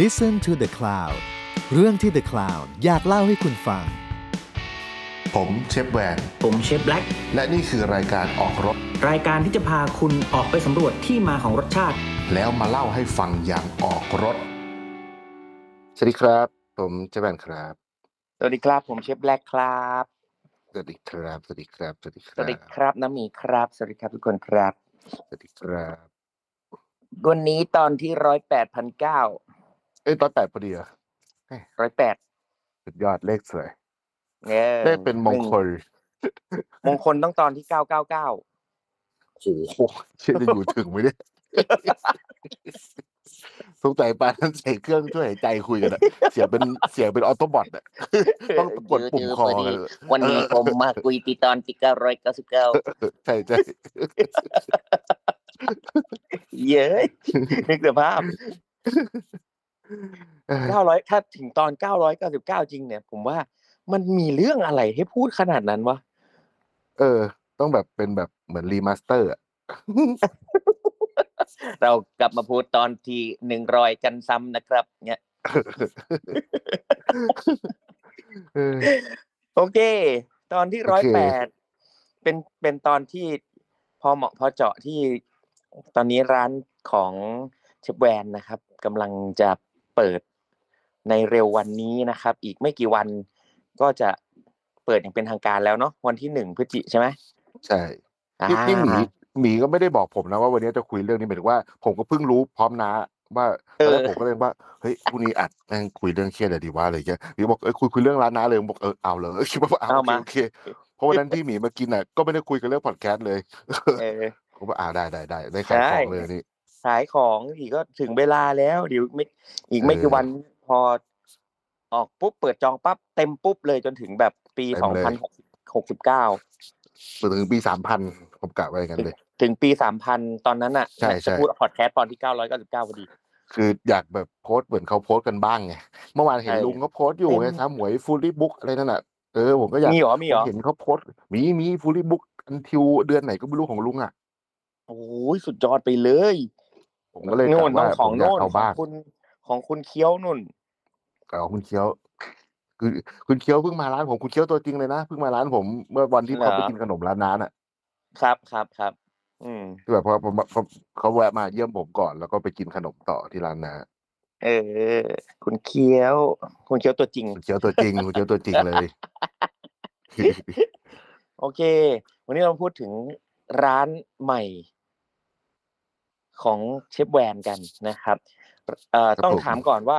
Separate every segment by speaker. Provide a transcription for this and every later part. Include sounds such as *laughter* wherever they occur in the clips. Speaker 1: Listen to the Cloud เรื่องที่ The Cloud อยากเล่าให้คุณฟัง
Speaker 2: ผมเชฟแวน
Speaker 3: ผมเชฟแบล็ก
Speaker 2: และนี่คือรายการออกรถ
Speaker 3: รายการที่จะพาคุณออกไปสำรวจที่มาของรสชาติ
Speaker 2: แล้วมาเล่าให้ฟังอย่างออกรถ
Speaker 4: สวัสดีครับ ผมเจแบนครับ
Speaker 5: สวัสดีครับ ผมเชฟแบล็กครับ
Speaker 4: สวัสดีครับ สวัสดีครับ สวัสดีค
Speaker 5: ส
Speaker 4: รั
Speaker 5: วัสดี
Speaker 4: บ
Speaker 5: ครับน้ำหมีครับ สวัสดีครับทุกคนครับ
Speaker 4: สวัสดีครับ
Speaker 5: วันนี้ตอนที่ร้อยแปดพันเก้า
Speaker 4: เอ้ยร้อยแปดพอดีเหรอ
Speaker 5: ร้อยแปด
Speaker 4: สุดยอดเลขสวย
Speaker 5: เนี่ย
Speaker 4: เลขเป็นมงคล
Speaker 5: มงคลต้องตอนที่เก้าเก้าเก้า
Speaker 4: โอ้โหเชื่อจะอยู่ถึงไหมเนี่ย *laughs* สงสัยปานนั้นใส่เครื่องช่วยหายใจคุยกันอะเสียงเป็นเสียงเป็นออโตบอทอะต้องกดปุ่มคอกันเลย
Speaker 5: วันนี้ผมมาคุยตีตอนที่เก้าร้อยเก้าสิบเก้า
Speaker 4: ใช่ใช่
Speaker 5: เย้ยนึกสภาพ
Speaker 4: เอ้ย
Speaker 5: เก้าร้อยถ้าถึงตอนเก้าร้อยเก้าสิบเก้าจริงเนี่ย ผมว่ามันมีเรื่องอะไรให้พูดขนาดนั้นวะ
Speaker 4: เออ ต้องแบบเป็นแบบเหมือนรีมาสเตอร์อะ *laughs*
Speaker 5: เรากลับมาพูดตอนที่หนึ่งร้อยกันซ้ำนะครับเนี่ย
Speaker 4: เออ
Speaker 5: โอเค ตอนที่
Speaker 4: โอ
Speaker 5: ร้อย
Speaker 4: เค
Speaker 5: แปดเป็นเป็นตอนที่พอเหมาะพอเจาะที่ตอนนี้ร้านของเชฟแวนนะครับกำลังจะเปิดในเร็ววันนี้นะครับ อีกไม่กี่วันก็จะเปิดอย่างเป็นทางการแล้วเนาะวันที่หนึ่งพฤศจิใช่ไหม
Speaker 4: ใช่ ที่ที่หมี
Speaker 5: อ่า
Speaker 4: หมีก็ไม่ได้บอกผมนะว่าวันนี้จะคุยเรื่องนี้หมายถึงว่าผมก็เพิ่งรู้พร้อมนะว่าต
Speaker 5: เอ
Speaker 4: อน
Speaker 5: อ
Speaker 4: แรกผมก็เลยว่าเฮ้ยพรุ่งนี้อัดแม่งคุยเรื่องเครียดอะไรดีวะอะไรอย่างเงี้ยหมีบอกเอ้ยคุยคุยเรื่องร้านน้าเลยผมบอกเออเอา *laughs* เลยคิดว่าเอาโอเคโอเคเพราะวันนั้นที่หมีมากินอ่ะก็ไม่ได้คุยกันเรื่องพอดแคสต์เลย
Speaker 5: เออ
Speaker 4: ผมว่าอ่าได้ได้ได้ได้ขายของเลยนี่
Speaker 5: ขายของอีกก็ถึงเวลาแล้วเดี๋ยวไม่อีกไม่กี่
Speaker 4: เออ
Speaker 5: วันพอออกปุ๊บเปิดจองปั๊บเต็มปุ๊บเลยจนถึงแบบปี
Speaker 4: เต็
Speaker 5: สอ
Speaker 4: ม
Speaker 5: ง
Speaker 4: เลย
Speaker 5: พันหกสิบเก้า
Speaker 4: ถึงปีสามพันผมกะไว้กันเลย
Speaker 5: ถึงปีสามพันตอนนั้นอ่ะ
Speaker 4: ใช่
Speaker 5: จะ
Speaker 4: ใช่
Speaker 5: พูดพอดแคสต์ตอนที่เก้าร้อยเก้าสิบเก้าพอดี
Speaker 4: คืออยากแบบโพสต์เหมือนเขาโพสต์กันบ้างไงเมื่อวานเห็น
Speaker 5: ใช่
Speaker 4: ลุงเขาโพสต์อยู่ไง
Speaker 5: เต็ม
Speaker 4: สามหมวยฟูลี่บุ๊กอะไรนั่นน่ะเออผมก็อยาก
Speaker 5: มีเหรอมีเหรอ
Speaker 4: เห็นเขาโพสต์มีมีฟูลี่บุ๊กอันทิวเดือนไหนก็ไม่รู้ของลุงอ่ะ
Speaker 5: โอ้ยสุดยอดไปเลย
Speaker 4: ผมก็เลย
Speaker 5: โน่น
Speaker 4: กะ
Speaker 5: ต้อ
Speaker 4: ว่างผม
Speaker 5: ของ
Speaker 4: อยาก
Speaker 5: โน่น
Speaker 4: เอา
Speaker 5: ของ
Speaker 4: บ้าง
Speaker 5: คุณของคุณเคี้ยวนุ่น
Speaker 4: เอาคุณเคี้ยว คือคุณเคี้ยวเพิ่งมาร้านผมคุณเคี้ยวตัวจริงเลยนะเพิ่งมาร้านผมเมื่อวันที่
Speaker 5: เหรอ
Speaker 4: เขาไปกินขนมร้านนั้นอ่ะ
Speaker 5: ครับครับครับ อืม
Speaker 4: ที่แบบพอพอพอเขาแวะมาเยี่ยมผมก่อนแล้วก็ไปกินขนมต่อที่ร้านนะ
Speaker 5: เออ คุณเคี้ยว คุณเคี้ยวตัวจริง
Speaker 4: คุณเคี้ยวตัวจริง คุณเคี้ยวตัวจริงเลย *laughs*
Speaker 5: โอเค วันนี้เราพูดถึงร้านใหม่ของเชฟแวนกันนะครับเอ่อ
Speaker 4: ครับ
Speaker 5: ต้อง
Speaker 4: ผม
Speaker 5: ถามก่อนว่า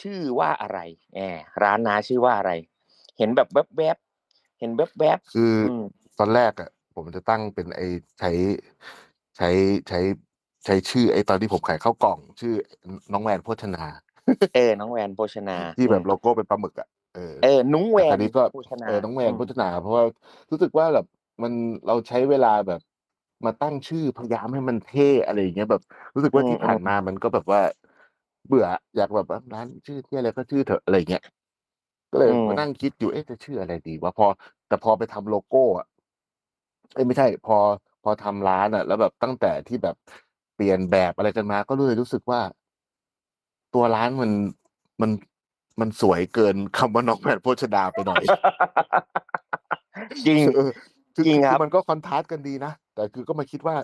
Speaker 5: ชื่อว่าอะไรแหมร้านน้าชื่อว่าอะไร เห็นแบบแวบๆเห็นแวบๆ
Speaker 4: คืออ
Speaker 5: อืม
Speaker 4: ตอนแรกอ่ะ ผมจะตั้งเป็นไอ้ใช้ใช้ใช้ใช้ชื่อไอ้ตอนที่ผมขายข้าวกล่อง ชื่อน้องแวนโภชนา
Speaker 5: เออ น้องแวนโภชนา
Speaker 4: ที่แบบ
Speaker 5: อืม
Speaker 4: โลโก้เป็นปลาหมึกอ่ะเออ
Speaker 5: เออ นุ้งแว
Speaker 4: แต่ต
Speaker 5: น
Speaker 4: อนนี้ก็
Speaker 5: โภชนา
Speaker 4: เออน้องแมน
Speaker 5: ม
Speaker 4: พัฒนา เพราะว่ารู้สึกว่าแบบมันเราใช้เวลาแบบมาตั้งชื่อพยายามให้มันเท่อะไรอย่างเงี้ยแบบ รู้สึกว่าที่ผ่านมามันก็แบบว่า เบื่ออยากแบบว่าร้านชื่อที่อะไรก็ชื่อเถอะอะไรอย่างเงี้ยก็เลยมานั่งคิดอยู่เอ๊ะจะชื่ออะไรดีวะพอ แต่พอไปทำโลโก้อะเอ้ยไม่ใช่ พอพอทำร้านอะแล้วแบบตั้งแต่ที่แบบเปลี่ยนแบบอะไรกันมา ก็เลยรู้สึกว่า ตัวร้านมันมันมันสวยเกิน *laughs* คำว่าน้องแมนโภชนาไปหน่อย
Speaker 5: *laughs* จริง
Speaker 4: เอออ
Speaker 5: จริงครับ
Speaker 4: มันก็คอนทราสต์กันดีนะ แต่คือก็มาคิดว่า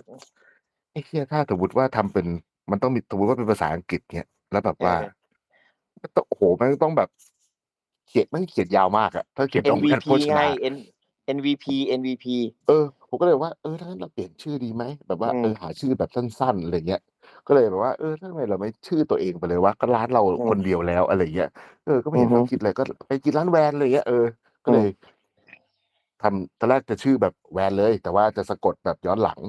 Speaker 4: ไอ้เฮียถ้าสมมติว่าทำเป็น มันต้องมีสมมติว่าเป็นภาษาอังกฤษเนี่ยแล้วแบบว่า
Speaker 5: เออ
Speaker 4: มันต้องโอ้โหมันต้องแบบ เขียนมันเขียนยาวมากอะถ้าเขียนตรงกัน
Speaker 5: MVP
Speaker 4: โภช
Speaker 5: ไง
Speaker 4: นา
Speaker 5: N MVP MVP
Speaker 4: เออผมก็เลยว่าเออถ้างั้นเราเปลี่ยนชื่อดีไหมแบบว่า
Speaker 5: อืม
Speaker 4: เออหาชื่อแบบสั้นๆอะไรเงี้ย ก็เลยแบบว่าเออทำไมเราไม่ชื่อตัวเองไปเลยว่าก็ร้านเรา
Speaker 5: อืม
Speaker 4: คนเดียวแล้วอะไรเงี้ยเออก็ไม่เห็น
Speaker 5: อือฮึ
Speaker 4: ต้องคิดอะไรก็ไปกินร้านแวนเลยเงี้ยเออก็เลยทำตอนแรกจะชื่อแบบแวนเลย แต่ว่าจะสะกดแบบย้อนหลัง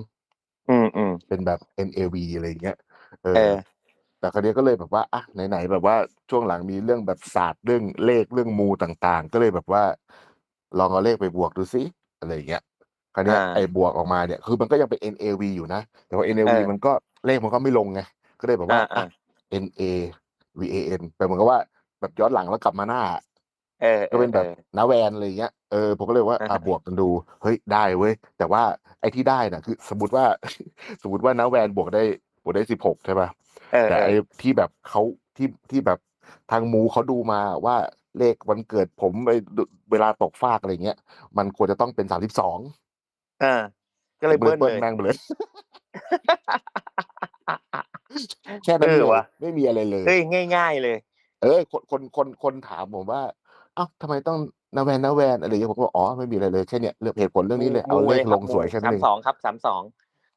Speaker 5: อืมอืม
Speaker 4: เป็นแบบ N A V อะไรเงี้ย เอ
Speaker 5: เอ
Speaker 4: อ
Speaker 5: อ
Speaker 4: แต่คราวนี้ก็เลยแบบว่าอ่ะไหนๆแบบว่าช่วงหลังมีเรื่องแบบศาสตร์เรื่องเลขเรื่องมูต่างๆ ก็เลยแบบว่า ลองเอาเลขไปบวกดูสิอะไรเงี้ยคราวเนี้ย
Speaker 5: อ่า
Speaker 4: ไอ้บวกออกมาเนี่ยคือมันก็ยังเป็น N A V อยู่นะ แต่ว่า N A
Speaker 5: เอ
Speaker 4: V
Speaker 5: อ
Speaker 4: มันก็เลขมันก็ไม่ลงไงก็เลยแบบว่า
Speaker 5: อ่าอ่า
Speaker 4: อ่ะ N A V A N แต่เหมือนกับว่าแบบย้อนหลังแล้วกลับมาหน้า
Speaker 5: เออออ
Speaker 4: ก็เป็นแบบนาแวนอะไรเงี้ย เออผมก็เลยว่า
Speaker 5: อ่า
Speaker 4: อ่ะ
Speaker 5: ฮะ
Speaker 4: บวกกันดู เฮ้ยได้เว้ย แต่ *laughs* ว่าไอ้ที่ได้น่ะ คือ สมมติว่า สมมติว่านาแวนบวกได้บวกได้สิบหกใช่ป่ะ
Speaker 5: เออ
Speaker 4: แต่
Speaker 5: เอ
Speaker 4: ไอ้
Speaker 5: อ
Speaker 4: ที่แบบเขาที่ที่แบบทางหมูเขาดูมาว่าเลขวันเกิดผมไปดูเวลาตกฟากอะไรเงี้ย มันควรจะต้องเป็นสามสิบสอง
Speaker 5: อ่าก็เลยเบิ้ลเลย
Speaker 4: แม่งไป
Speaker 5: *laughs*
Speaker 4: เลย แค่นั้น
Speaker 5: เออ
Speaker 4: เลย
Speaker 5: ว่ะ
Speaker 4: ไม่มีอะไรเลย
Speaker 5: เฮ้ยง่าย ๆ เลย
Speaker 4: เออคนคนคนคนถามผมว่า เอ้าทำไมต้องนาแวนนาแวนอะไรอย่างเงี้ยผมก็บอกอ๋อไม่มีอะไรเลยแค่เนี้ยเรื่องเหตุผลเรื่องนี้เลยเอาเลขลงสวยแค่นั้น
Speaker 5: สา
Speaker 4: เอ
Speaker 5: ม
Speaker 4: ง
Speaker 5: สองครับสามสอง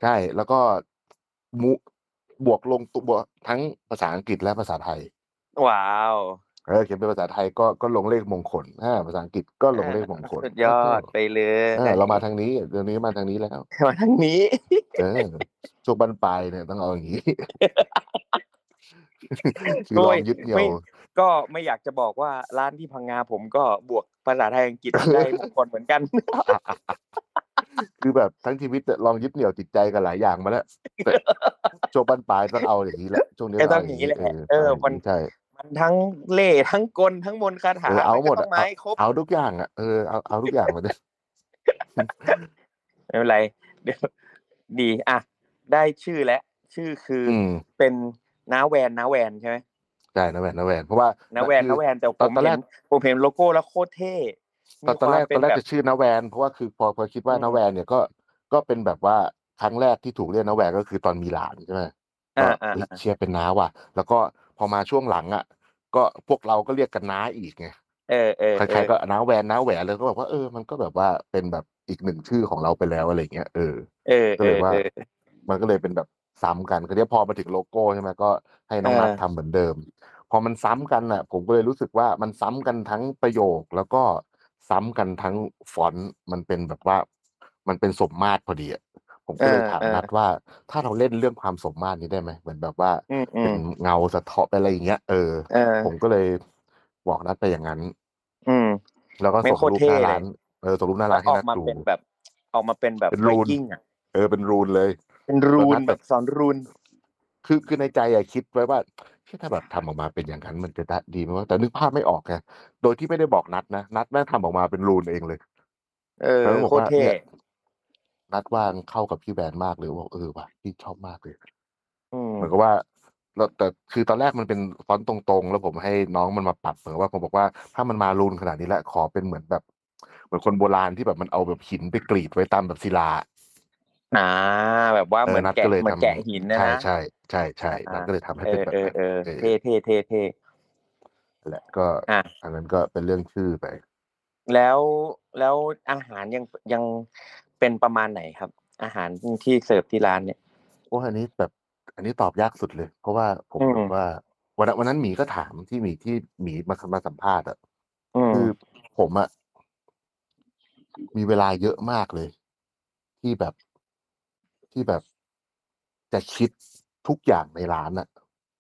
Speaker 4: ใช่แล้วก็มุบวกลงตัวบวกทั้งภาษาอังกฤษและภาษาไทย
Speaker 5: ว้าว
Speaker 4: เออเขียนเป็นภาษาไทยก็ก็ลงเลขมงคลอ่าภาษาอังกฤษก็ลงเลขมงคล
Speaker 5: สุดยอดไปเลย
Speaker 4: เออเรามาทางนี้เดี๋ยวนี้มาทางนี้แล้ว
Speaker 5: มาทางนี้
Speaker 4: เออช่วงบรรปลายเนี่ยต้องเอาอย่างนี้ *laughs* คือลองยึดเหนี่ย
Speaker 5: โอ้
Speaker 4: วย
Speaker 5: ไม่ ก็ไม่อยากจะบอกว่าร้านที่พังงาผมก็บวกภาษาไทยอังกฤษได้มงคลเหมือนกัน
Speaker 4: คือแบบทั้งชีวิตเนี่ยลองยึดเหนี่ยวจิตใจกันหลายอย่างมาแล้วแต่ช่วงบรรปลายต้องเอาอย่างนี้แหละช่วงนี้
Speaker 5: ก็ต้
Speaker 4: เา
Speaker 5: องอย่างนี้แหละ
Speaker 4: เออ
Speaker 5: เออ
Speaker 4: เอาอย่าง
Speaker 5: มัน
Speaker 4: นี้ใช่
Speaker 5: มันทั้งเล่ห์ทั้งกลทั้งมนต์คาถา
Speaker 4: เออเอาหมด
Speaker 5: นก็ต้
Speaker 4: อะ
Speaker 5: งไม้ครบ
Speaker 4: เอาทุกอย่างอ่ะเออเอาเอาทุกอย่างมาเลย
Speaker 5: ไม่เป็นไรเดี๋ยวดีอ่ะได้ชื่อแล้วชื่อคืออ
Speaker 4: อืม
Speaker 5: เป็นน้าแวนน้าแวนใช่ไหม
Speaker 4: ใช่นะแหวนนะแหวนเพราะว่า
Speaker 5: น้าแวน
Speaker 4: คือ
Speaker 5: น้าแวนแต่
Speaker 4: ต
Speaker 5: ผ
Speaker 4: อน
Speaker 5: ม
Speaker 4: ตอนแร
Speaker 5: เห็
Speaker 4: ก
Speaker 5: นผมเห็นโลโก้แล้วโคตรเท่
Speaker 4: ตอนตอนแรกตอนแรก
Speaker 5: มีความเป็บบ
Speaker 4: จะชื่อนาแวน เพราะว่าคือพอพอคิดว่า
Speaker 5: อืม
Speaker 4: นาแวนเนี่ยก็ก็เป็นแบบว่าครั้งแรกที่ถูกเรียกนาแวนก็คือตอนมีหลานใช่ไหมก็
Speaker 5: อ่าอ่า
Speaker 4: เฮ้ย
Speaker 5: อ่า
Speaker 4: เชียร์เป็นน้าว่ะ แล้วก็พอมาช่วงหลังอ่ะ ก็พวกเราก็เรียกกันน้าอีกไง
Speaker 5: เออเออ
Speaker 4: ใครๆก็น้าแวนน้าแหวนเลยก็แบบว่าเออมันก็แบบว่าเป็นแบบอีกหนึ่งชื่อของเราไปแล้วอะไรเงี้ยเออ
Speaker 5: เออ
Speaker 4: ก็
Speaker 5: เอ
Speaker 4: เลย
Speaker 5: อ
Speaker 4: ว่า
Speaker 5: เออ
Speaker 4: มันก็เลยเป็นแบบซ้ำกันคือเนี่ยพอมาถึงโลโก้ใช่ไหมก็ให้น้อง
Speaker 5: เออ
Speaker 4: นัททำเหมือนเดิม พอมันซ้ำกันน่ะ ผมก็เลยรู้สึกว่ามันซ้ำกันทั้งประโยค แล้วก็ซ้ำกันทั้งฟอนต์มันเป็นแบบว่า มันเป็นสมมาตรพอดีอะผมก็เลยถามนัทว่า ถ้าเราเล่นเรื่องความสมมาตรนี้ได้ไหมเหมือนแบบว่า
Speaker 5: อืมอื
Speaker 4: เป็
Speaker 5: ม
Speaker 4: นเงาสะท้อนอะไรอย่างเงี้ยเออ
Speaker 5: เออ
Speaker 4: ผมก็เลยบอกนัทไปอย่างนั้น
Speaker 5: อืม
Speaker 4: แล้วก็
Speaker 5: แม่ง
Speaker 4: ส่งรูปหน้าร้านเออส่งรูปหน้าร้านให้
Speaker 5: ออ
Speaker 4: นั
Speaker 5: ก
Speaker 4: ท
Speaker 5: มา
Speaker 4: ดู
Speaker 5: เป็นแบบ ออกมาเป็นแบบ
Speaker 4: เป็น
Speaker 5: ไว
Speaker 4: รูน
Speaker 5: กิ้งอ่ะ
Speaker 4: เออเป็นรูนเลย
Speaker 5: เป็นรู
Speaker 4: แบบ
Speaker 5: น
Speaker 4: นั้น
Speaker 5: แบบสอนรูน
Speaker 4: คือคือในใจอะคิดไว้ว่าเฮ้ยถ้าแบบทำออกมาเป็นอย่างนั้นมันจะได้ดีไหมวะแต่นึกภาพไม่ออกไงโดยที่ไม่ได้บอกนัดนะนัดแม่งทำออกมาเป็นรูนเองเลย
Speaker 5: เออ
Speaker 4: แล้วก็บอก
Speaker 5: โคตร
Speaker 4: ว่า
Speaker 5: เท่
Speaker 4: เนี่ย นัดว่างเข้ากับพี่แบรนด์มากเลยบอกเออว่ะพี่ชอบมากเลย
Speaker 5: อืม
Speaker 4: เหมือนกับว่าแล้วแต่คือตอนแรกมันเป็นฟอนต์ตรงๆ แล้วผมให้น้องมันมาปรับเหมือนกับว่าผมบอกว่าถ้ามันมารูนขนาดนี้แล้วขอเป็นเหมือนแบบ เหมือนคนโบราณที่แบบมันเอาแบบหินไปกรีดไว้ตามแบบศิลา
Speaker 5: อ่าแบบว่า
Speaker 4: เออ
Speaker 5: เหมือน
Speaker 4: นัด
Speaker 5: แกะ
Speaker 4: ก็เลย
Speaker 5: เหมือน
Speaker 4: ทำ
Speaker 5: แกะหินนะ
Speaker 4: ใช่
Speaker 5: นะ
Speaker 4: ใช่ใช่ใช่นัดก็เลยทำให้
Speaker 5: เอ
Speaker 4: เป็น
Speaker 5: อ
Speaker 4: แบบ
Speaker 5: เออ
Speaker 4: นั้น
Speaker 5: เออ
Speaker 4: เออ
Speaker 5: เท่เท่เท่เท่
Speaker 4: แหละก็
Speaker 5: อ่ะ
Speaker 4: อันนั้นก็เป็นเรื่องชื่อไป
Speaker 5: แล้วแล้วอาหารยังยังเป็นประมาณไหนครับ อาหารที่เสิร์ฟที่ร้านเนี่ย
Speaker 4: โอ้อันนี้แบบอันนี้ตอบยากสุดเลย เพราะว่าผม
Speaker 5: อืม
Speaker 4: แบบว่าวันนั้นวันนั้นหมีก็ถามที่หมีที่หมีมามาสัมภาษณ์อ่ะ
Speaker 5: อืม
Speaker 4: คือผมอ่ะมีเวลาเยอะมากเลย ที่แบบที่แบบจะคิดทุกอย่างในร้านอ่ะ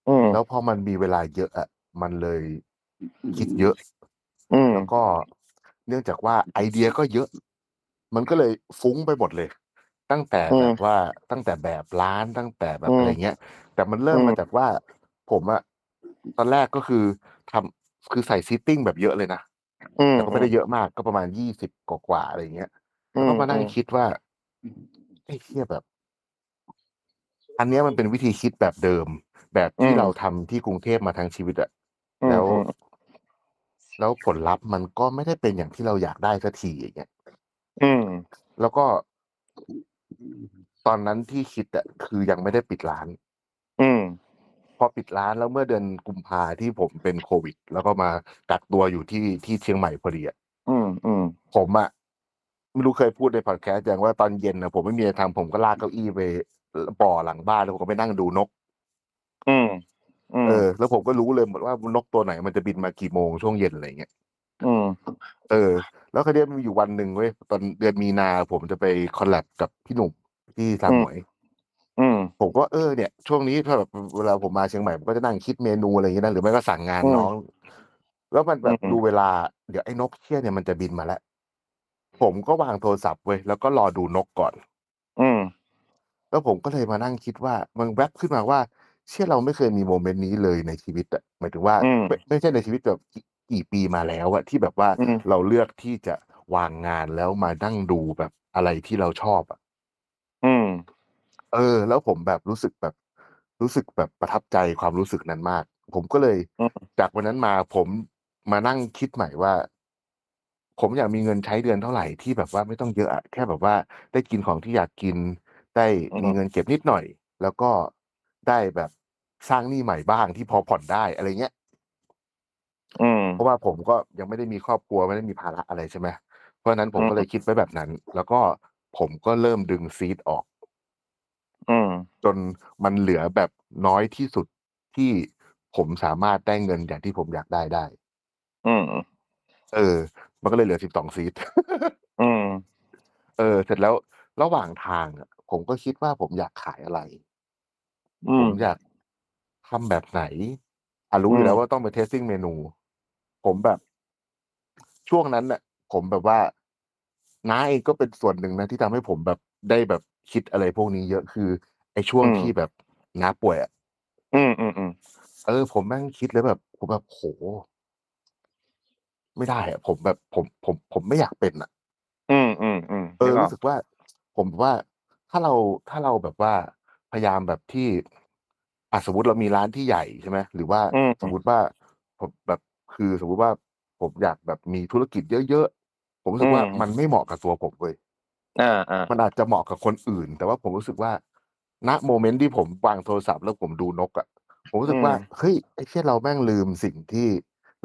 Speaker 5: อืม
Speaker 4: แล้วพอมันมีเวลาเยอะอ่ะมันเลยคิดเยอะ
Speaker 5: อืม
Speaker 4: แล้วก็เนื่องจากว่าไอเดียก็เยอะ มันก็เลยฟุ้งไปหมดเลย ตั้งแต่แบบว่าตั้งแต่แบบร้านตั้งแต่แบบอะไรเงี้ย แต่มันเริ่มมาจากว่า ผมอะตอนแรกก็คือทำคือใส่ซิตติ้งแบบเยอะเลยนะ
Speaker 5: อืม
Speaker 4: แต่ก็ไม่ได้เยอะมากก็ประมาณยี่สิบกว่าๆอะไรเงี้ย แล้วก็มานั่งคิดว่าไอ้เทียแบบ อันเนี้ยมันเป็นวิธีคิดแบบเดิม แบบที่เราทำที่กรุงเทพมาทั้งชีวิตอะ
Speaker 5: อืม
Speaker 4: แล้ว
Speaker 5: อืม
Speaker 4: แล้วผลลัพธ์มันก็ไม่ได้เป็นอย่างที่เราอยากได้สักทีอย่างเงี้ย
Speaker 5: อืม
Speaker 4: แล้วก็ตอนนั้นที่คิดอะคือยังไม่ได้ปิดร้าน
Speaker 5: อืม
Speaker 4: พอปิดร้านแล้วเมื่อเดือนกุมภาที่ผมเป็นโควิด แล้วก็มากักตัวอยู่ที่ที่เชียงใหม่พอดีอะ
Speaker 5: อืมอืม
Speaker 4: ผมอะไม่รู้เคยพูดในพอดแคสต์อย่างว่าตอนเย็นนะผมไม่มีอะไรทำผมก็ลากเก้าอี้ไปบ่อหลังบ้านแล้วผมก็ไปนั่งดูนก
Speaker 5: อืมอืม
Speaker 4: เออแล้วผมก็รู้เลยหมดว่านกตัวไหนมันจะบินมากี่โมงช่วงเย็นอะไรอย่างเงี้ย
Speaker 5: อืม
Speaker 4: เออ แล้วคราวเนี้ยมันมีอยู่วันหนึ่งเว้ยตอนเดือนมีนาผมจะไปคอลแลบกับพี่หนุ่มที่สามหมวย
Speaker 5: อืม
Speaker 4: ผมก็เออเนี่ยช่วงนี้ถ้าแบบเวลาผมมาเชียงใหม่ผมก็จะนั่งคิดเมนูอะไรอย่างเงี้ยนะหรือไม่ก็สั่งงาน
Speaker 5: อืม
Speaker 4: น้อง แล้วมันแบบ
Speaker 5: อืม
Speaker 4: ดูเวลาเดี๋ยวไอ้นกเชี่ยเนี่ยมันจะบินมาแล้ว ผมก็วางโทรศัพท์เว้ยแล้วก็รอดูนกก่อน
Speaker 5: อืม
Speaker 4: แล้วผมก็เลยมานั่งคิดว่ามันแวบขึ้นมาว่า เชื่อเราไม่เคยมีโมเมนต์นี้เลยในชีวิตอะหมายถึงว่า
Speaker 5: อืม
Speaker 4: ไม่ไม่ใช่ในชีวิตแบบกี่กี่ปีมาแล้วอะที่แบบว่า
Speaker 5: อืม
Speaker 4: เราเลือกที่จะวางงานแล้วมานั่งดูแบบอะไรที่เราชอบอะ
Speaker 5: อืม
Speaker 4: เออ แล้วผมแบบรู้สึกแบบ รู้สึกแบบประทับใจความรู้สึกนั้นมาก ผมก็เลย
Speaker 6: อืม
Speaker 4: จากวันนั้นมาผมมานั่งคิดใหม่ว่า ผมอยากมีเงินใช้เดือนเท่าไหร่ที่แบบว่าไม่ต้องเยอะอะแค่แบบว่าได้กินของที่อยากกิน ได้มีเงินเก็บนิดหน่อย แล้วก็ได้แบบสร้างหนี้ใหม่บ้างที่พอผ่อนได้อะไรเงี้ย
Speaker 6: อืม
Speaker 4: เพราะว่าผมก็ยังไม่ได้มีครอบครัวไม่ได้มีภาระอะไรใช่ไหมเพราะฉะนั้นผม
Speaker 6: อืม
Speaker 4: ก็เลยคิดไว้แบบนั้น แล้วก็ผมก็เริ่มดึงซีดออก
Speaker 6: อืม
Speaker 4: จนมันเหลือแบบน้อยที่สุดที่ผมสามารถได้เงินอย่างที่ผมอยากได้ได้
Speaker 6: อืม
Speaker 4: เออ มันก็เลยเหลือสิบสองซีด
Speaker 6: อืม
Speaker 4: *laughs* เออ เสร็จแล้วระหว่างทางอะผมก็คิดว่าผมอยากขายอะไร
Speaker 6: อื
Speaker 4: ผม มอยากทำแบบไหนอ่ะรู้อยู่
Speaker 6: อืม
Speaker 4: แล้วว่าต้องไปเทสติ้งเมนู ผมแบบช่วงนั้นน่ะ ผมแบบว่าน้าเองก็เป็นส่วนหนึ่งนะที่ทำให้ผมแบบได้แบบคิดอะไรพวกนี้เยอะคือ ไอ้ช่วงที่แบบน้าป่วยอะ
Speaker 6: อืมอืมอืม
Speaker 4: เออ ผมแม่งคิดแล้วแบบ ผมแบบโห ไม่ได้อะผมแบบผมผม ผมไม่อยากเป็นอะ
Speaker 6: อืมอืมอืม
Speaker 4: เอ
Speaker 6: นึ
Speaker 4: อ
Speaker 6: อ
Speaker 4: ก
Speaker 6: อก
Speaker 4: รู้สึกว่า ผมว่าถ้าเราถ้าเราแบบว่าพยายามแบบที่อ่ะสมมติเรามีร้านที่ใหญ่ใช่ไหมหรือว่า
Speaker 6: อืม
Speaker 4: สมมติว่าผมแบบคือสมมติว่าผมอยากแบบมีธุรกิจเยอะๆผมรู้สึกว่ามันไม่เหมาะกับตัวผมเว้ย
Speaker 6: อ่าอ่า
Speaker 4: มันอาจจะเหมาะกับคนอื่น แต่ว่าผมรู้สึกว่าณโมเมนต์ที่ผมวางโทรศัพท์แล้วผมดูนกอะผมรู้สึกว่าเฮ้ยไอ้เช่เราแม่งลืมสิ่งที่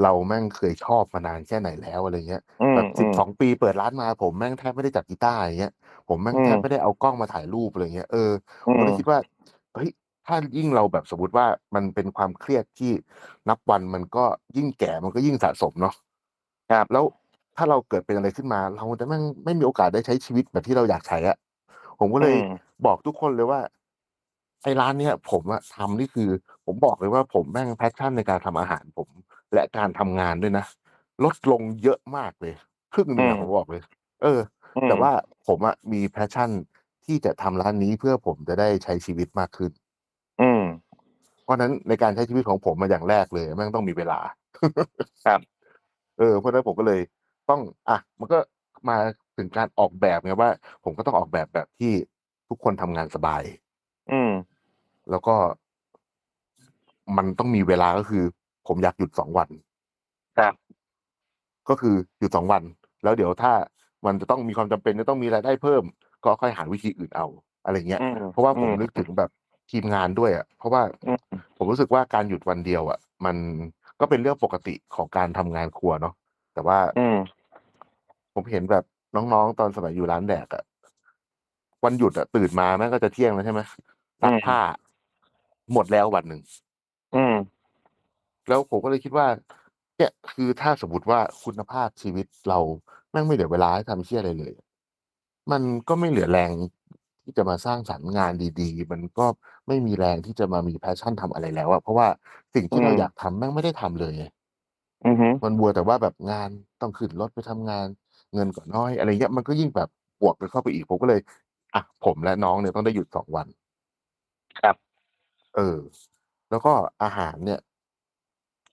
Speaker 4: เราแม่งเคยชอบมานานแค่ไหนแล้วอะไรเงี้ย
Speaker 6: อืม
Speaker 4: แบบสิ
Speaker 6: อื
Speaker 4: บ
Speaker 6: ม
Speaker 4: สองปีเปิดร้านมาผมแม่งแทบไม่ได้จับกีตาร์อย่างเงี้ยผมแม่ง
Speaker 6: อืม
Speaker 4: แทบไม่ได้เอากล้องมาถ่ายรูปอะไรเงี้ยเออผ
Speaker 6: อื
Speaker 4: มก็
Speaker 6: ม
Speaker 4: เลยคิดว่าเฮ้ยถ้ายิ่งเราแบบสมมติว่ามันเป็นความเครียดที่นับวันมันก็ยิ่งแก่มันก็ยิ่งสะสมเนาะ
Speaker 6: ครับ
Speaker 4: แล้วถ้าเราเกิดเป็นอะไรขึ้นมา เราจะแม่งไม่มีโอกาสได้ใช้ชีวิตแบบที่เราอยากใช้อะผมก็เลย
Speaker 6: อืม
Speaker 4: บอกทุกคนเลยว่าไอ้ร้านเนี้ยผมอะทำนี่คือ ผมบอกเลยว่าผมแม่งแพชชั่นในการทำอาหารผม และการทำงานด้วยนะลดลงเยอะมากเลย ครึ่งหนึ่งอะ
Speaker 6: อืม
Speaker 4: ผมบอกเลย เออ
Speaker 6: อืม
Speaker 4: แต่ว่าผมอะมีแพชชั่นที่จะทำร้านนี้เพื่อผมจะได้ใช้ชีวิตมากขึ้น
Speaker 6: อืม
Speaker 4: เพราะฉะนั้นในการใช้ชีวิตของผมมาอย่างแรกเลยแม่งต้องมีเวลา
Speaker 6: ครับ
Speaker 4: *laughs* เออเพราะฉะนั้นผมก็เลยต้องอ่ะมันก็มาถึงการออกแบบไงว่า ผมก็ต้องออกแบบแบบที่ทุกคนทำงานสบาย
Speaker 6: อืม
Speaker 4: แล้วก็มันต้องมีเวลาก็คือ ผมอยากหยุดสองวัน
Speaker 6: ครับ
Speaker 4: ก็คือหยุดสองวัน แล้วเดี๋ยวถ้ามันจะต้องมีความจำเป็นจะต้องมีรายได้เพิ่ม ก็ค่อยหาวิธีอื่นเอาอะไรเงี้ย
Speaker 6: อืม
Speaker 4: เพราะว่าผม
Speaker 6: อืม
Speaker 4: นึกถึงแบบทีมงานด้วยอะ่ะ เพราะว่า
Speaker 6: อืม
Speaker 4: ผมรู้สึกว่าการหยุดวันเดียวอะ่ะ มันก็เป็นเรื่องปกติของการทำงานครัวเนาะแต่ว่า
Speaker 6: อืม
Speaker 4: ผมเห็นแบบน้องๆ ตอนสมัยอยู่ร้านแดกอะ่ะวันหยุดอะ่ะตื่นมาแม่งก็จะเที่ยงแล้วใช่ไหมซัก
Speaker 6: อืม
Speaker 4: ผ้า หมดแล้ววันหนึ่ง
Speaker 6: อืม
Speaker 4: แล้วผมก็เลยคิดว่าเนี่ยคือถ้าสมมติว่าคุณภาพชีวิตเราแม่งไม่เหลือเวลาให้ทำเชี่ยอะไรเลย มันก็ไม่เหลือแรงที่จะมาสร้างสรรค์งานดีๆ มันก็ไม่มีแรงที่จะมามีแพชชั่นทำอะไรแล้วอะเพราะว่าสิ่งที่เรา
Speaker 6: อืม
Speaker 4: อยากทำแม่งไม่ได้ทำเลยไง
Speaker 6: อืม
Speaker 4: มันบัวแต่ว่าแบบงานต้องขึ้นรถไปทำงาน เงินก็น้อยอะไรเงี้ยมันก็ยิ่งแบบบวกกันเข้าไปอีกผมก็เลยอ่ะผมและน้องเนี่ยต้องได้หยุดสองวัน
Speaker 6: ครับ
Speaker 4: เออ แล้วก็อาหารเนี่ย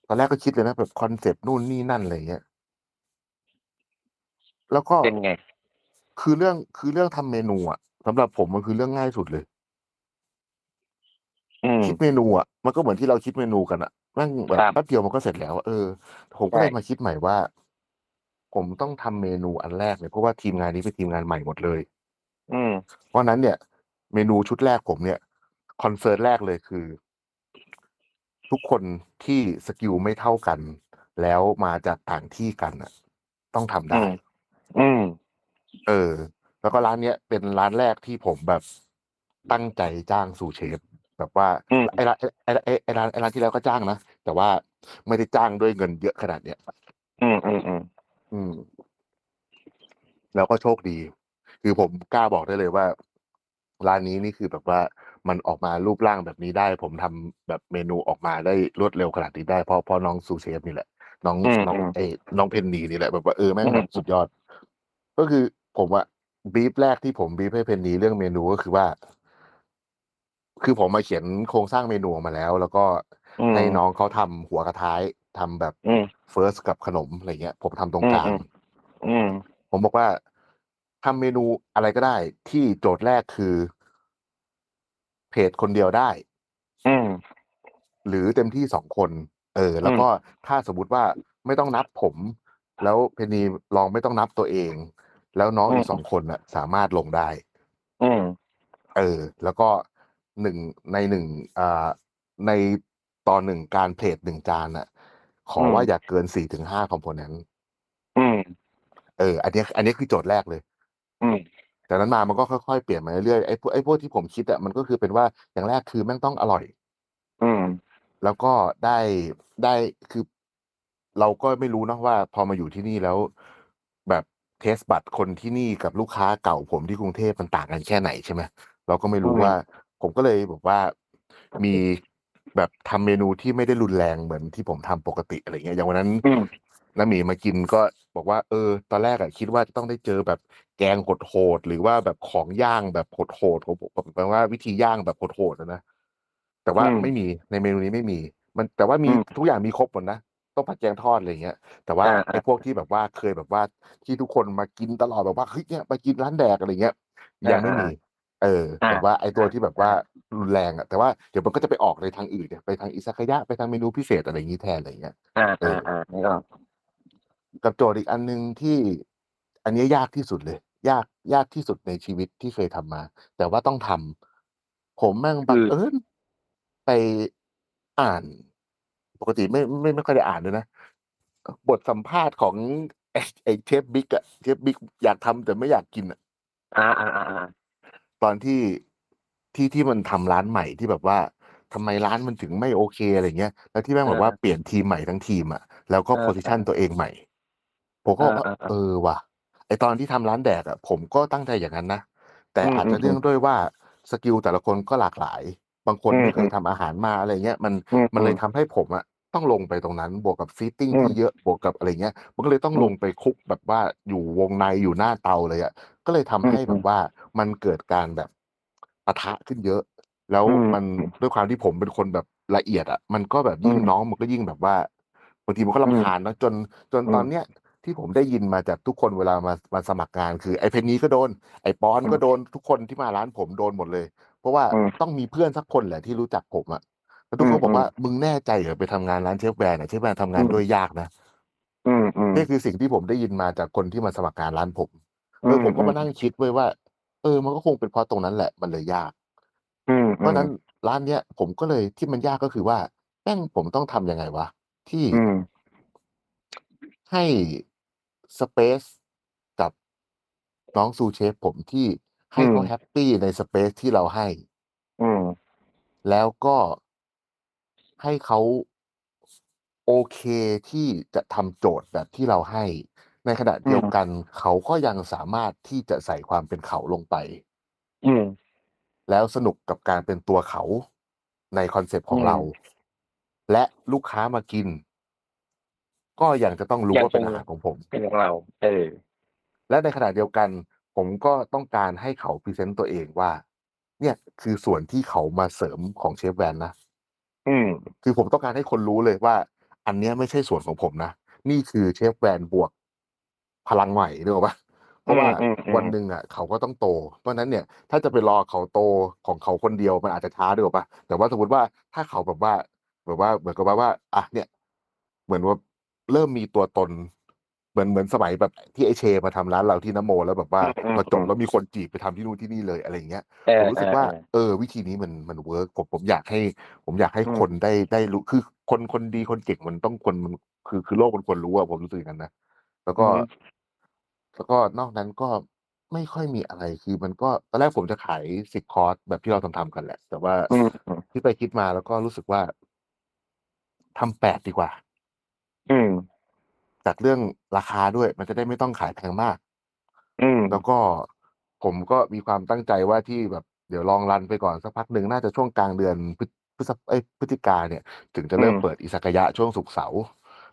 Speaker 4: ตอนแรกก็คิดเลยนะแบบคอนเซปต์นู่นนี่นั่นอะไรเงี้ย แล้วก็
Speaker 6: เป็นไง
Speaker 4: คือเรื่องคือเรื่องทำเมนูอ่ะสำหรับผมมันคือเรื่องง่ายสุดเลย
Speaker 6: อืม
Speaker 4: คิดเมนูอ่ะมันก็เหมือนที่เราคิดเมนูกันอ่ะแม่งแบบ
Speaker 6: ครับ
Speaker 4: แป๊บเดียวมันก็เสร็จแล้วอะเออ ผมก็เลย
Speaker 6: ใช่
Speaker 4: มาคิดใหม่ว่า ผมต้องทำเมนูอันแรกเลยเพราะว่าทีมงานนี้เป็นทีมงานใหม่หมดเลย
Speaker 6: อืม
Speaker 4: เพราะฉะนั้นเนี่ย เมนูชุดแรกผมเนี่ยคอนเซิร์นแรกเลยคือ ทุกคนที่สกิลไม่เท่ากัน แล้วมาจากต่างที่กันอ่ะ ต้องทำ
Speaker 6: อื
Speaker 4: ได้
Speaker 6: ม อืม
Speaker 4: เออ แล้วก็ร้านเนี้ยเป็นร้านแรกที่ผมแบบตั้งใจจ้างสู่เชฟ แบบว่า
Speaker 6: อืม
Speaker 4: ไอ้ร้านไอ้ไอ้ไอ้ร้านไอ้ร้านที่แล้วก็จ้างนะแต่ว่าไม่ได้จ้างด้วยเงินเยอะขนาดเนี้ย
Speaker 6: อืม อืม อืม
Speaker 4: อืม แล้วก็โชคดี คือผมกล้าบอกได้เลยว่า ร้านนี้นี่คือแบบว่ามันออกมารูปร่างแบบนี้ได้ ผมทำแบบเมนูออกมาได้รวดเร็วขนาดนี้ได้เพราะเพราะน้องซูเชฟนี่แหละ น้อง
Speaker 6: อืม
Speaker 4: น้อง
Speaker 6: อืม
Speaker 4: เอยน้องเพนนีนี่แหละแบบว่าเออแม่ง
Speaker 6: อืม
Speaker 4: แบบสุดยอด ก็คือผมอะบรีฟแรกที่ผมบรีฟให้เพนนีเรื่องเมนูก็คือว่า คือผมมาเขียนโครงสร้างเมนูออกมาแล้ว แล้วก็
Speaker 6: อืม
Speaker 4: ให้น้องเขาทำหัวกระท้ายทำแบบ
Speaker 6: อืม
Speaker 4: เฟิร์สกับขนมอะไรเงี้ยผมทำตรงกลาง
Speaker 6: อืม
Speaker 4: ผมบอกว่าทำเมนูอะไรก็ได้ ที่โจทย์แรกคือ เพจคนเดียวได้
Speaker 6: อืม
Speaker 4: หรือเต็มที่สองคน เออ แล้วก็ถ้าสมมติว่าไม่ต้องนับผม แล้วเพนนีลองไม่ต้องนับตัวเอง แล้วน้อง
Speaker 6: อื
Speaker 4: อีก
Speaker 6: ม
Speaker 4: สองคนน่ะ สามารถลงได้
Speaker 6: อืม
Speaker 4: เออ แล้วก็หนึ่งในหนึ่งอ่าในตอนหนึ่งการเพลทหนึ่งจานน่ะ ขออ
Speaker 6: ม
Speaker 4: ว่าอย่าเกินสี่ถึงห้าคอมโพเนนต์
Speaker 6: อืม
Speaker 4: เออ อันเนี้ยอันเนี้ยคือโจทย์แรกเลย
Speaker 6: อืม
Speaker 4: จากนั้นมามันก็ค่อยๆเปลี่ยนมาเรื่อยๆไอ้พวกไอ้พวกที่ผมคิดอะมันก็คือเป็นว่าอย่างแรกคือแม่งต้องอร่อย
Speaker 6: อืม
Speaker 4: แล้วก็ได้ได้คือ เราก็ไม่รู้นะว่าพอมาอยู่ที่นี่แล้ว แบบเทสบัตรคนที่นี่กับลูกค้าเก่าผมที่กรุงเทพมันต่างกันแค่ไหนใช่ไหมเราก็ไม่รู้
Speaker 6: อืม
Speaker 4: ว่า ผมก็เลยบอกว่ามีแบบทำเมนูที่ไม่ได้รุนแรงเหมือนที่ผมทำปกติอะไรเงี้ยอย่างวันนั้น
Speaker 6: อืม
Speaker 4: น้าหมีมากินก็บอกว่า เออ ตอนแรกอะคิดว่าจะต้องได้เจอแบบแกงโหดๆหรือว่าแบบของย่างแบบโหดๆผมผมแปลว่าวิธีย่างแบบโหดๆนะนะแต่ว่า
Speaker 6: อืม
Speaker 4: ไม่มีในเมนูนี้ไม่มี มันแต่ว่ามี
Speaker 6: อืม
Speaker 4: ทุกอย่างมีครบหมดนะต้มผัดแกงทอดอะไรอย่างเงี้ย แต่ว่า
Speaker 6: อ่า
Speaker 4: ไอ้พวกที่แบบว่าเคยแบบว่าที่ทุกคนมากินตลอดแบบว่าเฮ้ยเนี่ยมากินร้านแดกอะไรเงี้ยยังไม่มี เออ
Speaker 6: อ่า
Speaker 4: แต่ว่าไอ้ตัวที่แบบว่ารุนแรงอะแต่ว่าเดี๋ยวมันก็จะไปออกในทางอื่นเนี่ยไปทางอิซากายะไปทางเมนูพิเศษอะไรอย่างงี้แทนอะไรอย่างเงี้ย
Speaker 6: อ่าอ่าอ่านี่ก็
Speaker 4: กับโจทย์อีกอันหนึ่งที่อันเนี้ยยากที่สุดเลย ยากยากที่สุดในชีวิตที่เคยทำมา แต่ว่าต้องทำผมแม่งบัง
Speaker 6: คือ
Speaker 4: เอิญไปอ่าน ปกติไม่ไม่ไม่ค่อยได้อ่านด้วยนะ บทสัมภาษณ์ของ *laughs* ไอ้ไอเชฟบิ๊กอะเชฟบิ๊กอยากทำแต่ไม่อยากกินอะ
Speaker 6: อ่าอ่าอ่าอ่า
Speaker 4: ตอนที่ที่ที่มันทำร้านใหม่ที่แบบว่าทำไมร้านมันถึงไม่โอเคอะไรเงี้ยแล้วที่แม่งแบบว่าเปลี่ยนทีมใหม่ทั้งทีมอะแล้วก็โพสิชันตัวเองใหม่ ผมก็บอกว่าเออว่ะไอตอนที่ทำร้านแดกอะผมก็ตั้งใจอย่างนั้นนะ แต่อาจจะเรื่องด้วยว่าสกิลแต่ละคนก็หลากหลาย บางคนไม่เคยทำอาหารมาอะไรเงี้ยมัน
Speaker 6: อื
Speaker 4: มันเลยทำให้ผมอะต้องลงไปตรงนั้น บวกกับซีตติ้ง
Speaker 6: อืม
Speaker 4: ที่เยอะบวกกับอะไรเงี้ย มันก็เลยต้องลงไปคลุกแบบว่าอยู่วงในอยู่หน้าเตาเลยอะก็เลยทำให้
Speaker 6: อืม
Speaker 4: แบบว่ามันเกิดการแบบปะทะขึ้นเยอะ แล้ว
Speaker 6: อืม
Speaker 4: มันด้วยความที่ผมเป็นคนแบบละเอียดอะมันก็แบบยิ่ง
Speaker 6: อืม
Speaker 4: น้องมันก็ยิ่งแบบว่าบางทีมันก็ลำคาญเนอะจนจน
Speaker 6: อืม
Speaker 4: ตอนเนี้ยที่ผมได้ยินมาจากทุกคนเวลามามาสมัครงาน คือไอ้เพนนี้ก็โดน ไอ้ปอนก็โดนทุกคนที่มาร้านผมโดนหมดเลย เพราะว่า
Speaker 6: อืม
Speaker 4: ต้องมีเพื่อนสักคนแหละที่รู้จักผมอะ แล้วทุกคนบอกว่ามึงแน่ใจเหรอไปทำงานร้านเชฟแวนอ่ะเชฟแวนทำงาน
Speaker 6: อืม
Speaker 4: ด้วยยากนะ
Speaker 6: อืมอืม
Speaker 4: นี่คือสิ่งที่ผมได้ยินมาจากคนที่มาสมัครงานร้านผมเออผมก็มานั่งคิดไว้ยว่า เออ มันก็คงเป็นเพราะตรงนั้นแหละมันเลยยาก
Speaker 6: อืม
Speaker 4: เพราะฉะนั้นร้านเนี้ยผมก็เลยที่มันยากก็คือว่าแม่งผมต้องทำยังไงวะ ที่
Speaker 6: อืม
Speaker 4: ให้สเปซกับน้องซูเชฟผมที่ให้เขาแฮปปี้ในสเปซที่เราให้
Speaker 6: อืม
Speaker 4: แล้วก็ให้เขาโอเคที่จะทำโจทย์แบบที่เราให้ ในขณะเดียวกัน เขาก็ยังสามารถที่จะใส่ความเป็นเขาลงไป
Speaker 6: อืม
Speaker 4: แล้วสนุกกับการเป็นตัวเขาในคอนเซปต์ของ
Speaker 6: อืม
Speaker 4: เรา และลูกค้ามากิน ก็ยังจะต้องรู้ว่าเป็นอาหารของผม
Speaker 6: เป็นของเรา เออ
Speaker 4: และในขณะเดียวกัน ผมก็ต้องการให้เขาพรีเซนต์ตัวเองว่า เนี่ยคือส่วนที่เขามาเสริมของเชฟแวนนะ
Speaker 6: อืม
Speaker 4: คือผมต้องการให้คนรู้เลยว่า อันเนี้ยไม่ใช่ส่วนของผมนะ นี่คือเชฟแวนบวกพลังใหม่นึกออกปะเพราะว่า
Speaker 6: อืมอืม
Speaker 4: วันหนึ่งอ่ะ เขาก็ต้องโต เพราะฉะนั้นเนี่ย ถ้าจะไปรอเขาโตของเขาคนเดียวมันอาจจะช้าด้วยปะแต่ว่าสมมติว่าถ้าเขาแบบว่าแบบว่าเหมือนกับว่าว่าอ่ะเนี่ย เหมือนว่าเริ่มมีตัวตน เหมือนเหมือนสมัยแบบที่ไอเช มาทำร้านเราที่นโม แล้วแบบว่า
Speaker 6: อืม
Speaker 4: พอจบ
Speaker 6: อืม
Speaker 4: แล้วมีคนจีบไปทำที่นู่นที่นี่เลยอะไรอย่างเงี้ย
Speaker 6: เออ
Speaker 4: ผมรู้สึกว่า
Speaker 6: เออ
Speaker 4: เออ วิธีนี้มันมันเวิร์กผมผมอยากให้ ผมอยากให้
Speaker 6: อืม
Speaker 4: คนได้ได้รู้คือคนคนดีคนเก่งมันต้องคนมันคือคือโลกมันควรรู้อะผมรู้สึกอย่างนั้นนะแล้วก็แล้วก็นอกนั้นก็ไม่ค่อยมีอะไรคือมันก็ตอนแรกผมจะขายสิบคอร์สแบบที่เราทำทำกันแหละ แต่ว่า
Speaker 6: อืม
Speaker 4: ที่ไปคิดมาแล้วก็รู้สึกว่าทำแปดดีกว่า
Speaker 6: อืม
Speaker 4: จากเรื่องราคาด้วย มันจะได้ไม่ต้องขายแพงมาก
Speaker 6: อืม
Speaker 4: แล้วก็ผมก็มีความตั้งใจว่าที่แบบเดี๋ยวลองรันไปก่อนสักพักหนึ่งน่าจะช่วงกลางเดือนพฤพฤษภเอ้ยพฤศจิกาเนี่ย ถึงจะเริ่ม
Speaker 6: อืม
Speaker 4: เปิดอิสกายะช่วงศุกร์เสาร์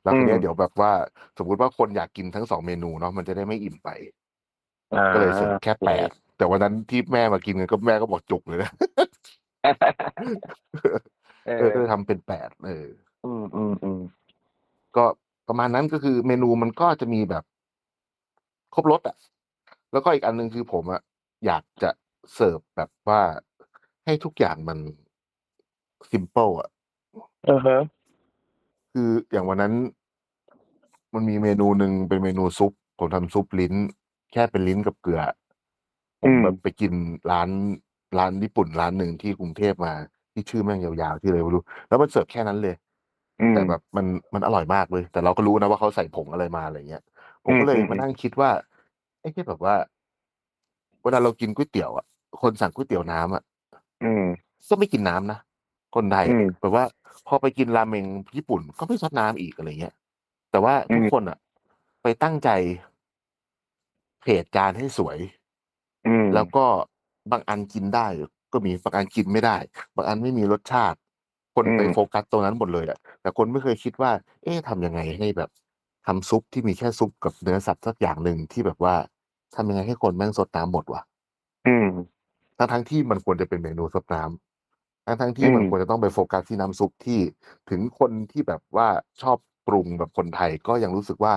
Speaker 4: แล้วทีเนี้
Speaker 6: อื
Speaker 4: ย
Speaker 6: ม
Speaker 4: เดี๋ยวแบบว่า สมมุติว่าคนอยากกินทั้งสองเมนูเนาะมันจะได้ไม่อิ่มไป
Speaker 6: อ่า
Speaker 4: ก็เลยเสริมแค่แปดแต่วันนั้นที่แม่มากินกันก็แม่ก็บอกจุกเลยนะ
Speaker 6: *laughs* เอ
Speaker 4: เอ
Speaker 6: อ
Speaker 4: อ *laughs* ก็เลยทำเป็นแปดเออ
Speaker 6: อืมอืมอืม
Speaker 4: ก็ประมาณนั้นก็คือเมนูมันก็จะมีแบบครบรสอ่ะ แล้วก็อีกอันหนึ่งคือผมอ่ะอยากจะเสิร์ฟแบบว่าให้ทุกอย่างมัน ซิมเปิลอ่ะ
Speaker 5: อือฮะ
Speaker 4: คืออย่างวันนั้น มันมีเมนูหนึ่งเป็นเมนูซุปผมทำซุปลิ้น แค่เป็นลิ้นกับเกลืออผมแบบไปกินร้านร้านญี่ปุ่นร้านหนึ่งที่กรุงเทพมา ที่ชื่อแม่งยาวๆที่อเลยไม่รู้แล้วมันเสิร์ฟแค่นั้นเลย แต่แบบมันมันอร่อยมากเลย แต่เราก็รู้นะว่าเขาใส่ผงอะไรมาอะไรเงี้ยผมก็เลยมานั่งคิดว่าไอ้ที่แบบว่าเวลาเรากินก๋วยเตี๋ยวอ่ะคนสั่งก๋วยเตี๋ยวน้ำอ่ะ
Speaker 5: อืม
Speaker 4: ก็ไม่กินน้ำนะคนไทยอะ
Speaker 5: อืม
Speaker 4: แบบว่า พอไปกินราเมงญี่ปุ่นก็ไม่ซดน้ำอีกอะไรเงี้ยแต่ว่าทุก
Speaker 5: อืม
Speaker 4: คนอ่ะ ไปตั้งใจเพจจานให้สวย
Speaker 5: อืม
Speaker 4: แล้วก็บางอันกินได้ก็มีบางอันกินไม่ได้ บางอันไม่มีรสชาติ คนไปโฟกัสตรงนั้นหมดเลยอะแต่คนไม่เคยคิดว่า เอ๊ะทำยังไงให้แบบทำซุปที่มีแค่ซุปกับเนื้อสัตว์สักอย่างหนึ่งที่แบบว่าทำยังไงให้คนแม่งสดน้ำหมดวะ
Speaker 5: อืม
Speaker 4: ทั้งทั้งๆที่มันควรจะเป็นเมนูสดน้ำทั้งทั้งๆที่มัน
Speaker 5: อืม
Speaker 4: ควรจะต้องไปโฟกัสที่น้ำซุปที่ถึงคนที่แบบว่าชอบปรุงแบบคนไทยก็ยังรู้สึกว่า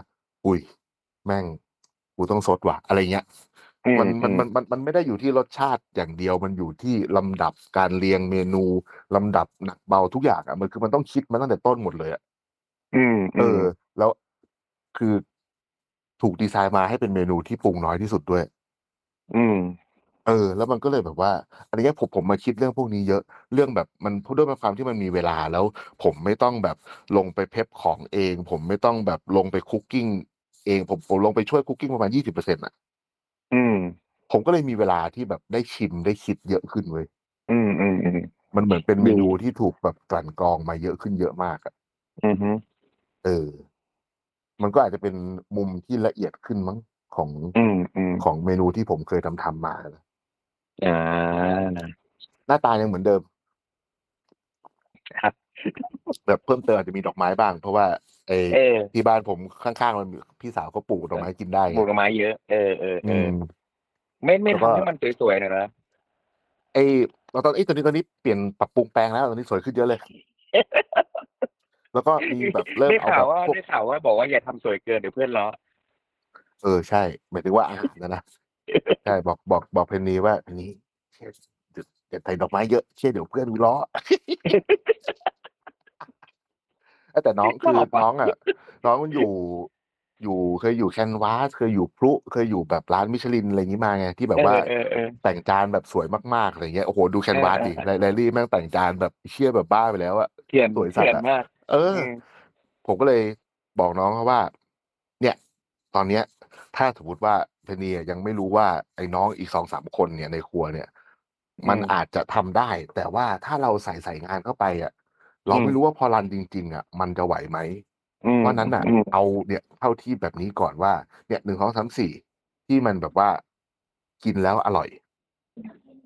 Speaker 4: อุ้ยแม่งกูต้องสดว่ะอะไรเงี้ย
Speaker 5: อื
Speaker 4: มันมัน
Speaker 5: อื
Speaker 4: มันมันมันไม่ได้อยู่ที่รสชาติอย่างเดียว มันอยู่ที่ลำดับการเรียงเมนู ลำดับหนักเบาทุกอย่างอ่ะมันคือมันต้องคิดมาตั้งแต่ต้นหมดเลยอ่ะ
Speaker 5: อืม
Speaker 4: เออ แล้วคือถูกดีไซน์มาให้เป็นเมนูที่ปรุงน้อยที่สุดด้วย
Speaker 5: อืม
Speaker 4: เออ แล้วมันก็เลยแบบว่า อันนี้ผมผมมาคิดเรื่องพวกนี้เยอะเรื่องแบบมันด้วยความที่มันมีเวลาแล้ว ผมไม่ต้องแบบลงไปเพปของเอง ผมไม่ต้องแบบลงไปคุกกิ้งเองผมผมลงไปช่วยคุกกิ้งประมาณยี่สิบเปอร์เซ็นต์อ่ะ
Speaker 5: อืม
Speaker 4: ผมก็เลยมีเวลาที่แบบได้ชิมได้คิดเยอะขึ้นเว้ย
Speaker 5: อืมอืมอืม
Speaker 4: มันเหมือนเป็น
Speaker 5: ดี
Speaker 4: เมนูที่ถูกแบบกลั่นกรองมาเยอะขึ้นเยอะมากอะ
Speaker 5: อืมฮึ
Speaker 4: เออ มันก็อาจจะเป็นมุมที่ละเอียดขึ้นมั้งของ
Speaker 5: อืมอืม
Speaker 4: ของเมนูที่ผมเคยทำทำมานะ
Speaker 5: อ่า
Speaker 4: หน้าตายังเหมือนเดิม
Speaker 5: ครับ *laughs*
Speaker 4: แบบเพิ่มเติมอาจจะมีดอกไม้บ้าง เพราะว่าไอ้
Speaker 5: เออ
Speaker 4: ที่บ้านผมข้างๆมันมีพี่สาวเขาปลูกดอกไม้กินได้
Speaker 5: ป
Speaker 4: ไง
Speaker 5: ลูกดอกไม้เยอะ เออเออเอ
Speaker 4: อื
Speaker 5: อ
Speaker 4: ม
Speaker 5: ไม่ไม่
Speaker 4: แล้วก็
Speaker 5: ทำให้มันสวยๆหน่อยนะ
Speaker 4: ไอ้เราตอนไอ้ยตอนนี้ตอนนี้เปลี่ยนปรับปรุงแปลงแล้วตอนนี้สวยขึ้นเย
Speaker 5: *laughs*
Speaker 4: อะเลย แล้วก็มีแบบเริ่ม
Speaker 5: ได้
Speaker 4: เอา
Speaker 5: ข่า
Speaker 4: แบ
Speaker 5: ว
Speaker 4: บ
Speaker 5: ว่า
Speaker 4: พวก
Speaker 5: ได้ข่าวว่าบอกว่าอย่าทำสวยเกินเดี๋ยวเพื่อนล้อ
Speaker 4: เออใช่หมายถึงว่าอาหารนะนะ ใช่
Speaker 5: *laughs*
Speaker 4: บอกบอกบอกเพนนีว่าเพนนีเชี่ยเดี๋ยวเดี๋ยวใส่ดอกไม้เยอะเชี่ยเดี๋ยวเพื่อนกูล้อ *laughs* เอ้ยแต่น้องคือน้องอ่ะ น้องมันอยู่อยู่เคยอยู่แคนวาสเคยอยู่พลุเคยอยู่แบบร้านมิชลินอะไรอย่างนี้มาไงที่แบบว่า
Speaker 5: เออเออ
Speaker 4: แต่งจานแบบสวยมากๆอะไรเงี้ยโอ้โหดูแคนวาสดิ
Speaker 5: เออเออ
Speaker 4: ไลไลลี่แม่งแต่งจานแบบเชี่ยแบบบ้าไปแล้วอะ
Speaker 5: เขียน
Speaker 4: สวยสัตว์
Speaker 5: เขียน
Speaker 4: อะ
Speaker 5: มาก
Speaker 4: เออ ผมก็เลยบอกน้องเขาว่า เนี่ย ตอนเนี้ย ถ้าสมมติว่าเพนนีอะยังไม่รู้ว่าไอ้น้องอีกสองสามคนเนี่ยในครัวเนี่ย มัน
Speaker 5: อืม
Speaker 4: อาจจะทำได้ แต่ว่าถ้าเราใส่ใส่งานเข้าไปอ่ะ เรา
Speaker 5: อืม
Speaker 4: ไม่รู้ว่าพอรันจริง ๆ อ่ะ มันจะไหวไหม
Speaker 5: อืม
Speaker 4: เพราะนั้นอ่ะ
Speaker 5: อืม
Speaker 4: เอาเนี่ยเท่าที่แบบนี้ก่อนว่า เนี่ยหนึ่งสองสามสี่ที่มันแบบว่ากินแล้วอร่อย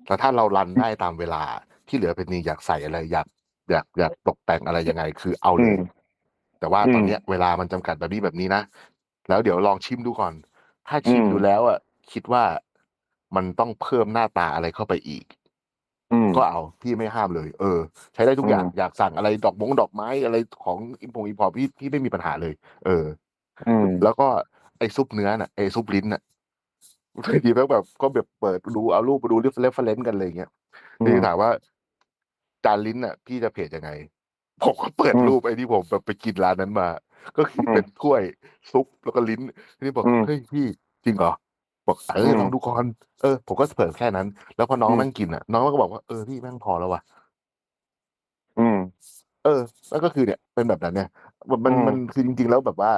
Speaker 4: แต่ถ้าเรารันได้ตามเวลาที่เหลือเป็นนี่อยากใส่อะไรอยากอยากอยากตกแต่งอะไรยังไง คือเอาเล
Speaker 5: อื
Speaker 4: ย
Speaker 5: ม
Speaker 4: แต่ว่าตอน
Speaker 5: อืม
Speaker 4: เนี้ยเวลามันจำกัดแบบนี้แบบนี้นะ แล้วเดี๋ยวลองชิมดูก่อน ถ้าชิม
Speaker 5: อืม
Speaker 4: ดูแล้วอ่ะคิดว่ามันต้องเพิ่มหน้าตาอะไรเข้าไปอีก
Speaker 5: อืม
Speaker 4: ก็เอาพี่ไม่ห้ามเลย เออ ใช้ได้ทุกอย่าง
Speaker 5: อืม
Speaker 4: อยากสั่งอะไรดอกมงดอกไม้อะไรของอิมพงอิมพอพี่พี่ไม่มีปัญหาเลย เออ
Speaker 5: อืม
Speaker 4: แล้วก็ไอ้ซุปเนื้อน่ะไอ้ซุปลิ้นน่ะ *laughs* บางทีแม่งแบบก็แบบเปิดดูเอารูปไปดูเรฟเฟรนซ์กันอะไรอย่างเงี้ย
Speaker 5: อืม
Speaker 4: ทีถามว่าจานลิ้นน่ะ พี่จะเพจยังไง ผมก็เปิด
Speaker 5: อืม
Speaker 4: รูปไอ้ที่ผมแบบไปกินร้านนั้นมา ก็คือ
Speaker 5: ม
Speaker 4: เป็นถ้วยซุปแล้วก็ลิ้นทีนี้บอก
Speaker 5: อืม
Speaker 4: เฮ้ยพี่จริงเหรอบอกเออ
Speaker 5: ม
Speaker 4: ลองดูก่อนเออผมก็เปิดแค่นั้น แล้วพอน้อง
Speaker 5: อืม
Speaker 4: นั่งกินอ่ะ น้องก็บอกว่าเออพี่แม่งพอแล้วว่ะ
Speaker 5: อืม
Speaker 4: เออแล้วก็คือเนี่ยเป็นแบบนั้นเนี่ยมันมัน
Speaker 5: อืม
Speaker 4: มันคือจริง ๆ แล้วแบบว่า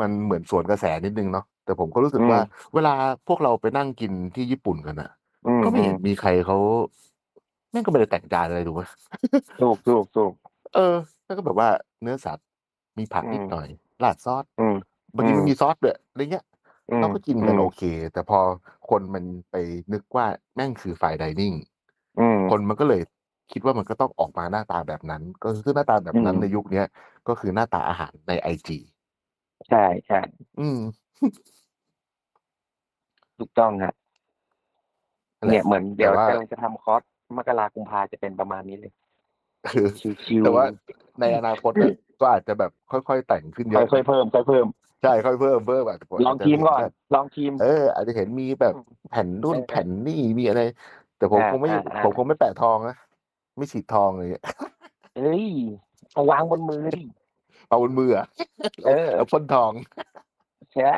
Speaker 4: มันเหมือนสวนกระแสนิดนึงเนาะแต่ผมก็รู้สึก
Speaker 5: อืม
Speaker 4: ว่า เวลาพวกเราไปนั่งกินที่ญี่ปุ่นกันอะ
Speaker 5: อืม
Speaker 4: ก็ไม่เห็นมีใครเขาแม่งก็ไม่ได้แต่งจานอะไรถูกไหม
Speaker 5: ถูกถูกถูก
Speaker 4: เออแล้วก็แบบว่าเนื้อสัตว์มีผักนิด
Speaker 5: อืม
Speaker 4: หน่อยราดซอส
Speaker 5: อืม
Speaker 4: บางทีมั
Speaker 5: อื
Speaker 4: น
Speaker 5: ม
Speaker 4: มีซอสด้วยอะไรเงี้ย
Speaker 5: อืม
Speaker 4: เราก็กินกัน
Speaker 5: ม
Speaker 4: โอเค แต่พอคนมันไปนึกว่าแม่งคือฝ่ายไดนิ่ง
Speaker 5: อืม
Speaker 4: คนมันก็เลยคิดว่ามันก็ต้องออกมาหน้าตาแบบนั้น ก็คือหน้าตาแบบนั้น
Speaker 5: อืม
Speaker 4: ในยุคเนี้ยก็คือหน้าตาอาหารในไอจี
Speaker 5: ใช่ใช่
Speaker 4: อืม
Speaker 5: ถูกต้องฮะเนี่ยเหมือนเดี๋ยว
Speaker 4: แต่ว่า
Speaker 5: กำลังจะทำคอร์สมกรากุมภาจะเป็นประมาณนี้เลย
Speaker 4: คือ
Speaker 5: ชิวๆ
Speaker 4: แต่ว่าในอนาคตอะก็อาจจะแบบค่อยๆแต่งขึ้นเยอะ
Speaker 5: ค่อยๆเพิ่มค่อยๆเพิ่ม
Speaker 4: ใช่ค่อยเพิ่มเพิ่มอาจจะ
Speaker 5: ลองทีมก่อน
Speaker 4: แบบ
Speaker 5: ลองทีม
Speaker 4: เออ อาจจะเห็นมีแบบแผ่นนู่น
Speaker 5: เออ
Speaker 4: แผ่นนี่มีอะไร แต่ผม
Speaker 5: อ่า
Speaker 4: คงไม่
Speaker 5: อ่าอ่า
Speaker 4: ผมคงไม่แปะทองนะไม่ฉีดทองเลย
Speaker 5: เอ้ยเอาวางบนมือดิ
Speaker 4: เอาบนมือ
Speaker 5: *laughs*
Speaker 4: อะ
Speaker 5: เออ
Speaker 4: เอาพ่นทอง
Speaker 5: ใช่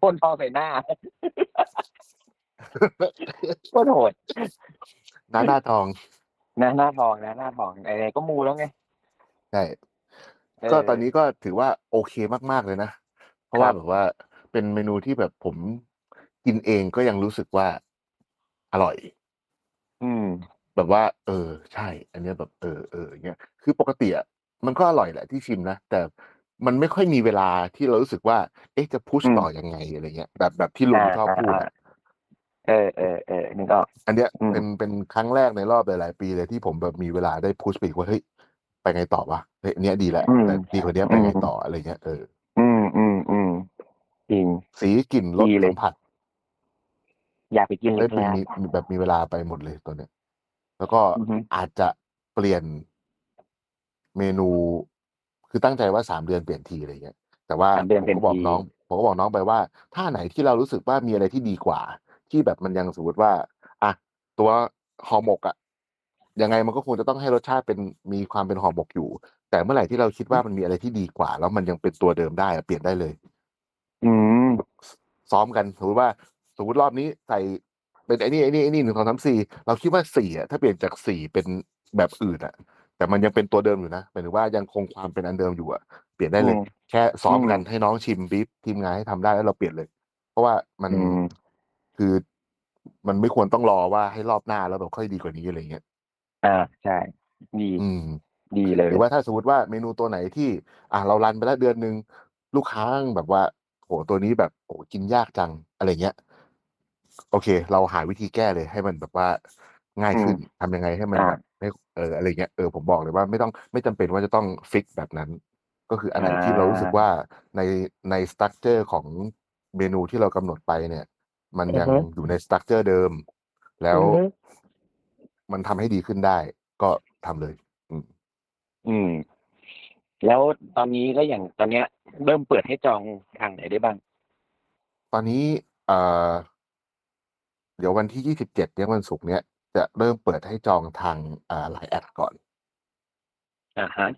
Speaker 5: พ่นทองใส่
Speaker 4: *laughs*
Speaker 5: หน้าโคตรโหด
Speaker 4: หน้าหน้าทอง
Speaker 5: นะหน้าทองนะหน้าทองไหนๆก็มูแล้วไง
Speaker 4: ใช่
Speaker 5: เ
Speaker 4: ก็ตอนนี้ก็ถือว่าโอเคมากๆเลยนะ เพราะว่าแบบว่าเป็นเมนูที่แบบผมกินเองก็ยังรู้สึกว่าอร่อย
Speaker 5: อืม
Speaker 4: แบบว่า เออ ใช่ อันเนี้ยแบบเออเอออย่างเงี้ยคือปกติอ่ะมันก็อร่อยแหละที่ชิมนะแต่มันไม่ค่อยมีเวลาที่เรารู้สึกว่า เอ๊ะจะพุช
Speaker 5: อืม
Speaker 4: ต่อยังไงอะไรเงี้ยแบบแบบที่ลุงชอบพูดอะ
Speaker 5: เออเออเออนึกออก
Speaker 4: อันเนี้ย
Speaker 5: อืม
Speaker 4: เป็นเป็นครั้งแรกในรอบหลายๆปีเลยที่ผมแบบมีเวลาได้พุชไปอีกว่าเฮ้ยไปไงต่อวะเฮ้ยอันเนี้ยดีแล้วแต่ดีกว่าเนี้ยไปไงต่ออะไรเงี้ยเออ
Speaker 5: อืมอืมอืมจริง
Speaker 4: สีกลิ่นรส
Speaker 5: ดีเลย
Speaker 4: สัมผัส
Speaker 5: อยากไปกินเล
Speaker 4: ได้
Speaker 5: ย
Speaker 4: มี
Speaker 5: นะ
Speaker 4: มีมีแบบมีเวลาไปหมดเลยตัวเนี้ย แล้วก็
Speaker 5: อือฮึ
Speaker 4: อาจจะเปลี่ยนเมนู คือตั้งใจว่าสามเดือนเปลี่ยนทีอะไรเงี้ย แต่ว่า
Speaker 5: สามเดือน
Speaker 4: ผมก็บอก
Speaker 5: เปลี่ยนที
Speaker 4: น้องผมก็บอกน้องไปว่า ถ้าไหนที่เรารู้สึกว่ามีอะไรที่ดีกว่า ที่แบบมันยังสมมติว่าอ่ะตัวห่อหมกอะยังไงมันก็คงจะต้องให้รสชาติเป็นมีความเป็นห่อหมกอยู่ แต่เมื่อไหร่ที่เราคิดว่ามันมีอะไรที่ดีกว่า แล้วมันยังเป็นตัวเดิมได้อะเปลี่ยนได้เลย
Speaker 5: อืม
Speaker 4: ซ้อมกันสมมติว่าสมมติรอบนี้ใส่เป็นไอ้นี่ไอ้นี่ไอ้นี่หนึ่งสองสามสี่เราคิดว่าสี่อ่ะถ้าเปลี่ยนจากสี่เป็นแบบอื่นอ่ะ แต่มันยังเป็นตัวเดิมอยู่นะหมายถึงว่ายังคงความเป็นอันเดิมอยู่อ่ะเปลี่ยนได้เลย
Speaker 5: อืม
Speaker 4: แค่ซ้อมกันให้น้องชิมบีบทีมงานให้ทำได้แล้วเราเปลี่ยนเลย เพราะว่ามัน
Speaker 5: อืม
Speaker 4: คือมันไม่ควรต้องรอว่าให้รอบหน้าแล้วแบบค่อยดีกว่านี้อะไรเงี้ย
Speaker 5: อ่าใช่ ดี
Speaker 4: อืม
Speaker 5: ดีเลย
Speaker 4: หรือว่าถ้าสมมติว่าเมนูตัวไหนที่ อ่าเรารันไปแล้วเดือนหนึ่งลูกค้าแบบว่าโหตัวนี้แบบโหกินยากจังอะไรเงี้ย โอเค เราหาวิธีแก้เลยให้มันแบบว่าง่ายขึ้นทำยังไงให้มัน
Speaker 5: อ่า
Speaker 4: แบบไม่เอออะไรเงี้ยเออผมบอกเลยว่าไม่ต้องไม่จำเป็นว่าจะต้องฟิกแบบนั้น ก็คืออันไหนที่เรารู้สึกว่าในในสตั๊กเจอร์ของเมนูที่เรากำหนดไปเนี่ย มันยัง
Speaker 5: อือฮึ
Speaker 4: อยู่ในสตั๊กเจอร์เดิม แล้ว
Speaker 5: อือฮึ
Speaker 4: มันทำให้ดีขึ้นได้ ก็ทำเลย
Speaker 5: อืม แล้วตอนนี้ก็อย่างตอนเนี้ย เริ่มเปิดให้จองทางไหนได้บ้าง
Speaker 4: ตอนนี้เอ่อเดี๋ยววันที่ยี่สิบเจ็ดเนี่ยวันศุกร์เนี้ยจะเริ่มเปิดให้จองทางอ่าไลน์แอดก่อน
Speaker 5: อ่าฮะ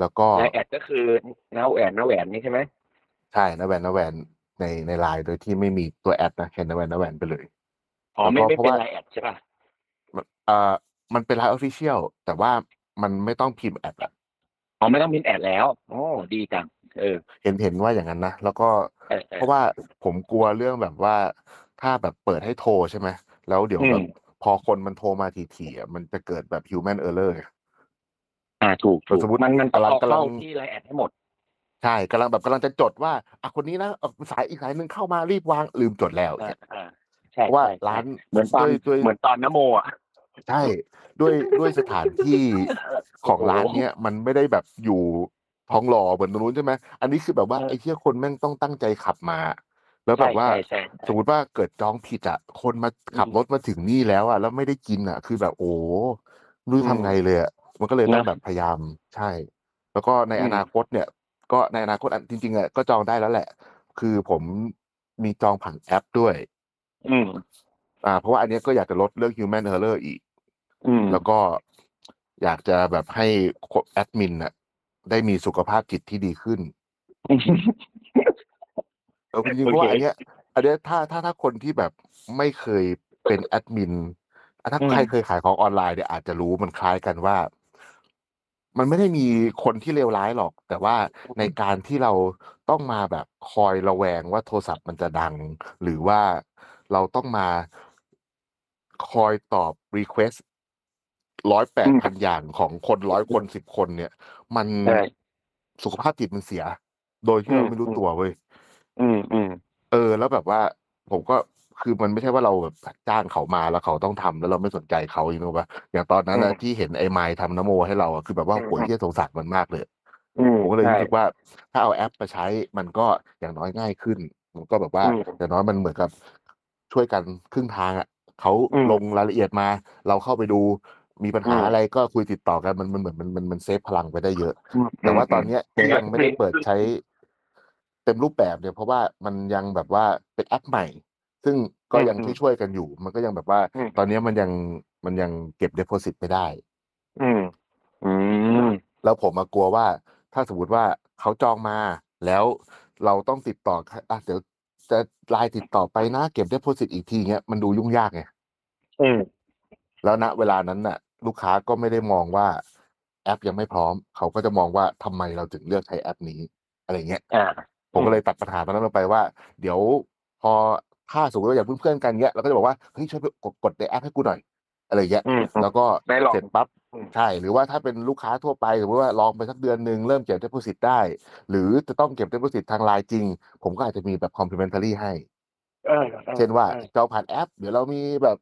Speaker 4: แล้วก็
Speaker 5: ในแอดก็คือเงาแหวนเงาแหวนนี่ใช่ไหม
Speaker 4: ใช่นะแวนนะแวนในในไลน์โดยที่ไม่มีตัวแอดนะแค่นะแวนนะแวนไปเลย
Speaker 5: อ๋อไม่
Speaker 4: แล้วก็
Speaker 5: ไม่เป็น
Speaker 4: เพราะว่า
Speaker 5: ไลน์แอดใช่ป่ะ
Speaker 4: เอ่อมันเป็นไลน์ออฟฟิเชียลแต่ว่ามันไม่ต้องพิมพ์แอดอะ
Speaker 5: อ๋อไม่ต้องพิมพ์แอดแล้วโอ้ดีจังเออ
Speaker 4: เห็นเห็นว่าอย่างนั้นนะ แล้วก็
Speaker 5: เออออ
Speaker 4: เพราะว่าผมกลัวเรื่องแบบว่าถ้าแบบเปิดให้โทรใช่ไหมแล้วเดี๋ยว
Speaker 5: อืม
Speaker 4: แบบพอคนมันโทรมาถี่ๆอะมันจะเกิดแบบ human error ไง
Speaker 5: อ่าถูกถูก
Speaker 4: สมมุติ
Speaker 5: มันมันต้อง
Speaker 4: กำลัง
Speaker 5: เอา
Speaker 4: กำลั
Speaker 5: เข้าง ที่ไลน์แอดให้หมด
Speaker 4: ใช่กำลังแบบกำลังจะจดว่าอ่ะคนนี้นะเอาสายอีกสายหนึ่งเข้ามารีบวางลืมจดแล้ว
Speaker 5: อ่า
Speaker 4: เนี่ย
Speaker 5: อ่า
Speaker 4: เพ
Speaker 5: ใช่
Speaker 4: ราะว่า
Speaker 5: ใช่ใช่
Speaker 4: ร้าน
Speaker 5: เหมือนตอ
Speaker 4: ด้ว
Speaker 5: น
Speaker 4: ยด้วย
Speaker 5: เหมือนตอนนโมอ่ะ
Speaker 4: ใช่
Speaker 5: *laughs*
Speaker 4: ด้วยด้วยสถานที่ของร้านเนี้ยมันไม่ได้แบบอยู่ท้องหล่อเหมือนตรงนู้นใช่ไหมอันนี้คือแบบว่า
Speaker 5: เออ
Speaker 4: ไอ้เที่ยคนแม่งต้องตั้งใจขับมา แล้วแบบว่า
Speaker 5: ใช่ใช่ใช่
Speaker 4: สมมติว่าเกิดจองผิดอ่ะคนมาขับ
Speaker 5: อืม
Speaker 4: รถมาถึงนี่แล้วอ่ะแล้วไม่ได้กินอ่ะ คือแบบโอ้ไม่รู้
Speaker 5: อืม
Speaker 4: ทำไงเลยอ่ะมันก็เลยต้อง
Speaker 5: นะ
Speaker 4: แบบพยายามใช่ แล้วก็ใน
Speaker 5: อืม
Speaker 4: อนาคตเนี่ย ก็ในอนาคตอันจริงๆอ่ะก็จองได้แล้วแหละ คือผมมีจองผ่านแอปด้วย
Speaker 5: อืม
Speaker 4: อ่า เพราะว่าอันเนี้ยก็อยากจะลดเรื่อง human error อีก
Speaker 5: อืม
Speaker 4: แล้วก็อยากจะแบบให้แอดมินน่ะ ได้มีสุขภาพจิตที่ดีขึ้น เออจริงๆ
Speaker 5: โอ
Speaker 4: เพ
Speaker 5: เค
Speaker 4: ราะว่าอันเนี้ยอันเนี้ยถ้าถ้าถ้าคนที่แบบไม่เคยเป็นแอดมินอ่ะถ้าใครเคยขายของออนไลน์เนี่ยอาจจะรู้มันคล้ายกันว่า มันไม่ได้มีคนที่เลวร้ายหรอก แต่ว่าในการที่เราต้องมาแบบคอยระแวงว่าโทรศัพท์มันจะดัง หรือว่าเราต้องมาคอยตอบรีเควสร้อยแปดพันอย่างของคนร้อยคนสิบคนเนี่ย มัน
Speaker 5: ใช่
Speaker 4: สุขภาพจิตมันเสีย โดยที่เราไม่รู้
Speaker 5: อืม
Speaker 4: ตัวเว้ย
Speaker 5: อืมอืม
Speaker 4: เออแล้วแบบว่าผมก็คือมันไม่ใช่ว่าเราแบบจ้างเขามาแล้วเขาต้องทำแล้วเราไม่สนใจเขาอย่างนู้ป่ะอย่างตอนนั้นนะ
Speaker 5: อืม
Speaker 4: ที่เห็นไอ้ไมล์ทำนโมให้เราอะคือแบบว่า
Speaker 5: อืม
Speaker 4: โหยเที่ยสงสารมันมากเลย
Speaker 5: อืม
Speaker 4: ผมก็เลย
Speaker 5: ใช่
Speaker 4: รู้สึกว่าถ้าเอาแอปมาใช้มันก็อย่างน้อยง่ายขึ้น มันก็แบบว่า
Speaker 5: อืม
Speaker 4: อย่างน้อยมันเหมือนกับช่วยกันครึ่งทางอ่ะเขา
Speaker 5: อืม
Speaker 4: ลงรายละเอียดมา เราเข้าไปดูมีปัญหา
Speaker 5: อืม
Speaker 4: อะไรก็คุยติดต่อกันมันมันเหมือนมันมันมันเซฟพลังไปได้เยอะ
Speaker 5: อืม
Speaker 4: แต่ว่าตอน
Speaker 5: ม
Speaker 4: เนี้ยก็ยังไม่ได้เปิดใช้เต็มรูปแบบเนี่ยเพราะว่ามันยังแบบว่าเป็นแอปใหม่ ซึ่งก็ยัง
Speaker 5: อืม
Speaker 4: ช่วยๆกันอยู่ มันก็ยังแบบว่า
Speaker 5: อืม
Speaker 4: ตอนเนี้ยมันยังมันยังเก็บเด p o s i t ไม่ได้
Speaker 5: อืม อืม
Speaker 4: แล้วผมมากลัวว่าถ้าสมมติว่าเขาจองมาแล้วเราต้องติดต่ออ่ะเดี๋ยวจะไลน์ติดต่อไปนะเก็บได้โพสิตอีกทีเงี้ยมันดูยุ่งยากไง
Speaker 5: อืม
Speaker 4: แล้วณเวลานั้นน่ะ ลูกค้าก็ไม่ได้มองว่าแอปยังไม่พร้อม เขาก็จะมองว่าทำไมเราถึงเลือกใช้แอปนี้อะไรเงี้ย
Speaker 5: อ่า
Speaker 4: ผมก็เลยตัดปัญหาตอนนั้นลงไปว่า เดี๋ยวพอถ้าสมมติว่าอย่างเพื่อนๆกันเงี้ยเราก็จะบอกว่าเฮ้ยช่วยไปกดกดในแอปให้กูหน่อย อะไรเงี้ย
Speaker 5: อืม
Speaker 4: แล้วก็
Speaker 5: ได้ลอง
Speaker 4: เสร็จปั๊บ
Speaker 5: อืม
Speaker 4: ใช่ หรือว่าถ้าเป็นลูกค้าทั่วไปสมมติว่าลองไปสักเดือนหนึ่งเริ่มเก็บ deposit ได้ หรือจะต้องเก็บ deposit ทางไลน์จริง ผมก็อาจจะมีแบบ complimentary ให้
Speaker 5: เออออ
Speaker 4: เช่นว่า
Speaker 5: ออ
Speaker 4: จองผ่านแอป เดี๋ยวเรามีแบบ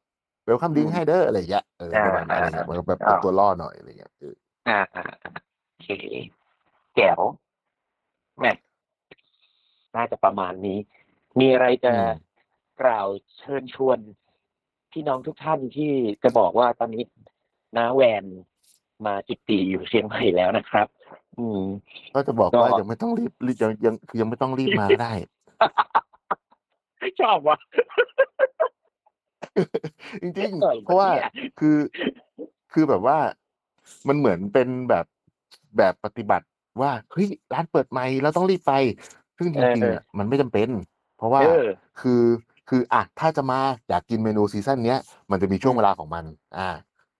Speaker 4: เวลคัมดิ้ง
Speaker 5: อืม
Speaker 4: ให้เด้ออะไรเงี้ยเออประมาณนั้นอะไรเงี้ย
Speaker 5: อ่า
Speaker 4: มันก็แบบ
Speaker 5: อ่า
Speaker 4: เป็นตัวล่อหน่อยอะไรเงี้ยเออ
Speaker 5: อ่าอ่าอ่าโอเคแจ๋วแมทน่าจะประมาณนี้ มีอะไรจะกล่าวเชิญชวนพี่น้องทุกท่านที่จะบอกว่าตอนนี้น้าแวนมาจุติอยู่เชียงใหม่แล้วนะครับ อืม
Speaker 4: ก็จะบอก
Speaker 5: ก็
Speaker 4: ว่ายังไม่ต้องรีบรีบยังยังคือยังไม่ต้องรีบมาก็ได้
Speaker 5: ชอบว่ะ
Speaker 4: จริง
Speaker 5: ออ
Speaker 4: ๆเพราะว่า
Speaker 5: นี่ย
Speaker 4: คือคือแบบว่ามันเหมือนเป็นแบบแบบปฏิบัติว่าเฮ้ยร้านเปิดใหม่เราต้องรีบไป ซึ่งจริง
Speaker 5: เอ
Speaker 4: ๆ
Speaker 5: อ
Speaker 4: อ่ะมันไม่จำเป็น เพราะว่า
Speaker 5: เออ
Speaker 4: คือคืออ่ะถ้าจะมาอยากกินเมนูซีซั่นเนี้ยมันจะมีช่วงเวลาของมัน อ่า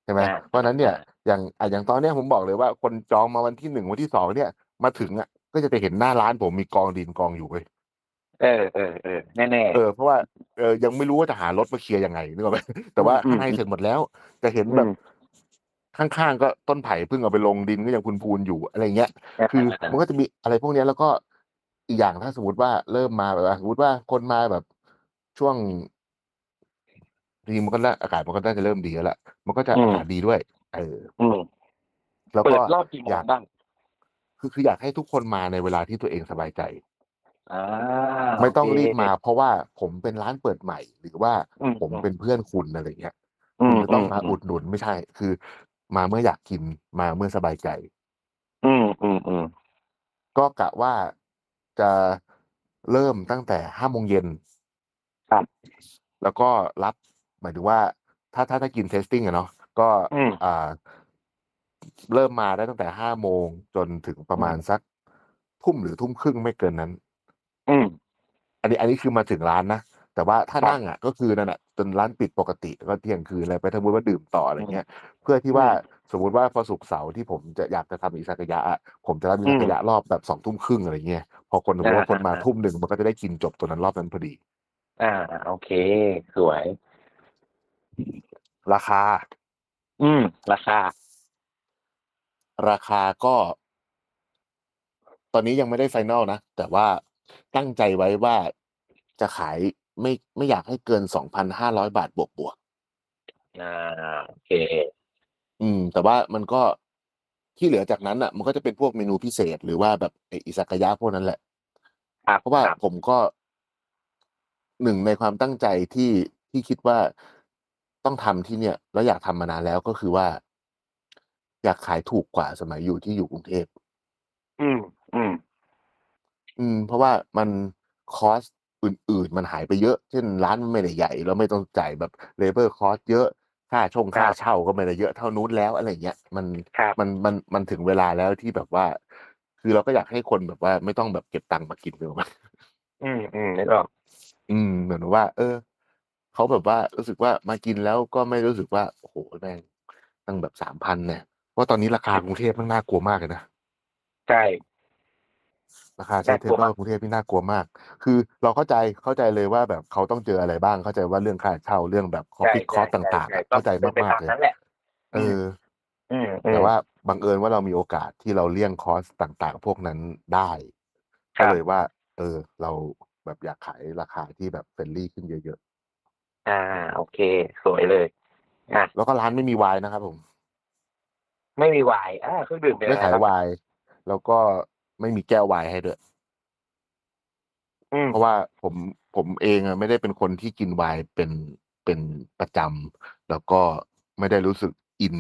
Speaker 4: ใช่ไหม
Speaker 5: อ่า
Speaker 4: เพราะฉะนั้นเนี่ยอย่างอ่ะอย่างตอนเนี้ยผมบอกเลยว่าคนจองมาวันที่หนึ่งวันที่สองเนี่ยมาถึงอ่ะก็จะไปเห็นหน้าร้านผมมีกองดินกองอยู่เว้ย
Speaker 5: เออเออเออแน่แน่
Speaker 4: เออเพราะว่าเออยังไม่รู้ว่าจะหารถมาเคลียร์ยังไงนึกออกไหม *laughs* แต่ว่า
Speaker 5: อืม
Speaker 4: ให้เสร็จหมดแล้วจะเห็นแบบ ข้างๆก็ต้นไผ่เพิ่งเอาไปลงดินก็ยังพูนพูนๆอยู่อะไรเงี้ย คือมันก็จะมีอะไรพวกเนี้ยแล้วก็อีกอย่างถ้าสมมติว่าเริ่มมาแบบว่าสมมติว่าคนมาแบบช่วงดีมันก็น่าอากาศมันก็น่าจะเริ่มดีแล้วล่ะมันก็จะ
Speaker 5: อืม
Speaker 4: อากาศดีด้วย เออ
Speaker 5: อืม
Speaker 4: แล้ว
Speaker 5: เปิ
Speaker 4: ก็
Speaker 5: ดรอบกี่โม
Speaker 4: อยาง ก
Speaker 5: บ้าง
Speaker 4: คือคืออยากให้ทุกคนมาในเวลาที่ตัวเองสบายใจ
Speaker 5: อ่า
Speaker 4: ไม่ต้อง
Speaker 5: โเค
Speaker 4: รีบมา เพราะว่าผมเป็นร้านเปิดใหม่ หรือว่า
Speaker 5: อืม
Speaker 4: ผมเป็นเพื่อนคุณอะไรเงี้ย
Speaker 5: อื
Speaker 4: คุณ
Speaker 5: ม
Speaker 4: จะต้องมา
Speaker 5: อืม
Speaker 4: อุดหนุนไม่ใช่ คือ มาเมื่ออยากกินมาเมื่อสบายใจ
Speaker 5: อืมอืมอืม
Speaker 4: ก็กะว่าจะเริ่มตั้งแต่ห้าโมงเย็น
Speaker 5: ครับ
Speaker 4: แล้วก็รับหมายถึงว่า ถ้าถ้าถ้ากินเทสติ้งอะเนาะก็
Speaker 5: อืม
Speaker 4: อ่าเริ่มมาได้ตั้งแต่ห้าโมงจนถึงประมาณสักทุ่มหรือทุ่มครึ่งไม่เกินนั้น
Speaker 5: อืม
Speaker 4: อันนี้อันนี้คือมาถึงร้านนะ แต่ว่าถ้า
Speaker 5: ครับ
Speaker 4: นั่งอ่ะ ก็คือนั่นแหละจนร้านปิดปกติแล้วก็เที่ยงคืนอะไรไปถ้าสมมติว่าดื่มต่ออะไรเงี้ย เพื่อที่ว่าสมมติว่าพอสุกร์เสาร์ที่ผมจะอยากจะทำอิซากายะอะผมจะทำอิซากายะรอบแบบสองทุ่มครึ่งอะไรเงี้ยพอคนสมมติว่าคนมา
Speaker 5: อ่าอ่า
Speaker 4: ทุ่มหนึ่งมันก็จะได้กินจบตัวนั้นรอบนั้นพอดี
Speaker 5: อ่า โอเค สวย
Speaker 4: ราคา
Speaker 5: อืม ราคา
Speaker 4: ราคาก็ ตอนนี้ยังไม่ได้ไฟแนลนะ แต่ว่าตั้งใจไว้ว่าจะขายไม่ไม่อยากให้เกินสองพันห้าร้อยบาทบวกบวก
Speaker 5: อ่า โอเค
Speaker 4: ๆอืม แต่ว่ามันก็ที่เหลือจากนั้นอ่ะ มันก็จะเป็นพวกเมนูพิเศษ หรือว่าแบบไอ้อิซากายะพวกนั้นแหละ
Speaker 5: ครับ
Speaker 4: เพราะว่า
Speaker 5: คบ
Speaker 4: ผมก็หนึ่งในความตั้งใจที่ที่คิดว่าต้องทำที่เนี่ย แล้วอยากทำมานานแล้วก็คือว่า อยากขายถูกกว่าสมัยอยู่ที่อยู่กรุงเทพ
Speaker 5: อืม อืม
Speaker 4: อืมเพราะว่ามันคอสอื่น ๆ มันหายไปเยอะ เช่นร้านมันไม่ได้ใหญ่แล้วไม่ต้องจ่ายแบบเลเ o อร์คอสเยอะ ค่าชงค่า
Speaker 5: ครับ
Speaker 4: เช่าก็ไม่ได้เยอะเท่านู้นแล้วอะไรเงี้ยมัน
Speaker 5: ครับ
Speaker 4: มันมันมันถึงเวลาแล้วที่แบบว่า คือเราก็อยากให้คนแบบว่า ไม่ต้องแบบเก็บตังค์มากิน *laughs* เลยมั้
Speaker 5: อืม อืมนึกออก
Speaker 4: อืมเหมือนว่า เออเขาแบบว่ารู้สึกว่ามากินแล้วก็ไม่รู้สึกว่าโอ้โหแม่งตั้งแบบสามพันเนี่ยเพราะตอนนี้ราคากรุงเทพมันน่ากลัวมากเลยนะ
Speaker 5: ใช่
Speaker 4: ราคาใช้
Speaker 5: น่า
Speaker 4: เท
Speaker 5: กลัว
Speaker 4: เบิ
Speaker 5: มา
Speaker 4: ล
Speaker 5: ก
Speaker 4: กรุงเทพนี่น่ากลัวมาก คือเราเข้าใจเข้าใจเลยว่าแบบเขาต้องเจออะไรบ้าง เข้าใจว่าเรื่องค่าเช่าเรื่องแบบคอ
Speaker 5: ใช่
Speaker 4: ฟิคอส
Speaker 5: ใช่
Speaker 4: ต่างๆ
Speaker 5: ใช่
Speaker 4: อะ
Speaker 5: ใช่
Speaker 4: เข้าใจ
Speaker 5: เป็นไป
Speaker 4: มากๆ
Speaker 5: ต
Speaker 4: เลย
Speaker 5: นั้นแหละ
Speaker 4: เออ
Speaker 5: อืมอืม
Speaker 4: แต่ว่าบังเอิญว่าเรามีโอกาสที่เราเลี่ยงคอสต่างๆ พวกนั้นได้
Speaker 5: ค
Speaker 4: ก็
Speaker 5: รับ
Speaker 4: เลยว่า เออ เราแบบอยากขายราคาที่แบบเฟรนลี่ขึ้นเยอะ
Speaker 5: อ่า โอเค สวยเลย อ่ะ
Speaker 4: ๆแล้วก็ร้านไม่มีไวน์นะครับผม
Speaker 5: ไม่มีวายอ่าเครื่องดื่มเป็น
Speaker 4: ไม่
Speaker 5: อะไร
Speaker 4: ขาย
Speaker 5: ครับ
Speaker 4: ไวน์แล้วก็ไม่มีแก้วไวน์ให้ด้วย
Speaker 5: อืม
Speaker 4: เพราะว่าผมผมเองอะไม่ได้เป็นคนที่กินไวน์เป็นเป็นประจำแล้วก็ไม่ได้รู้สึกอิน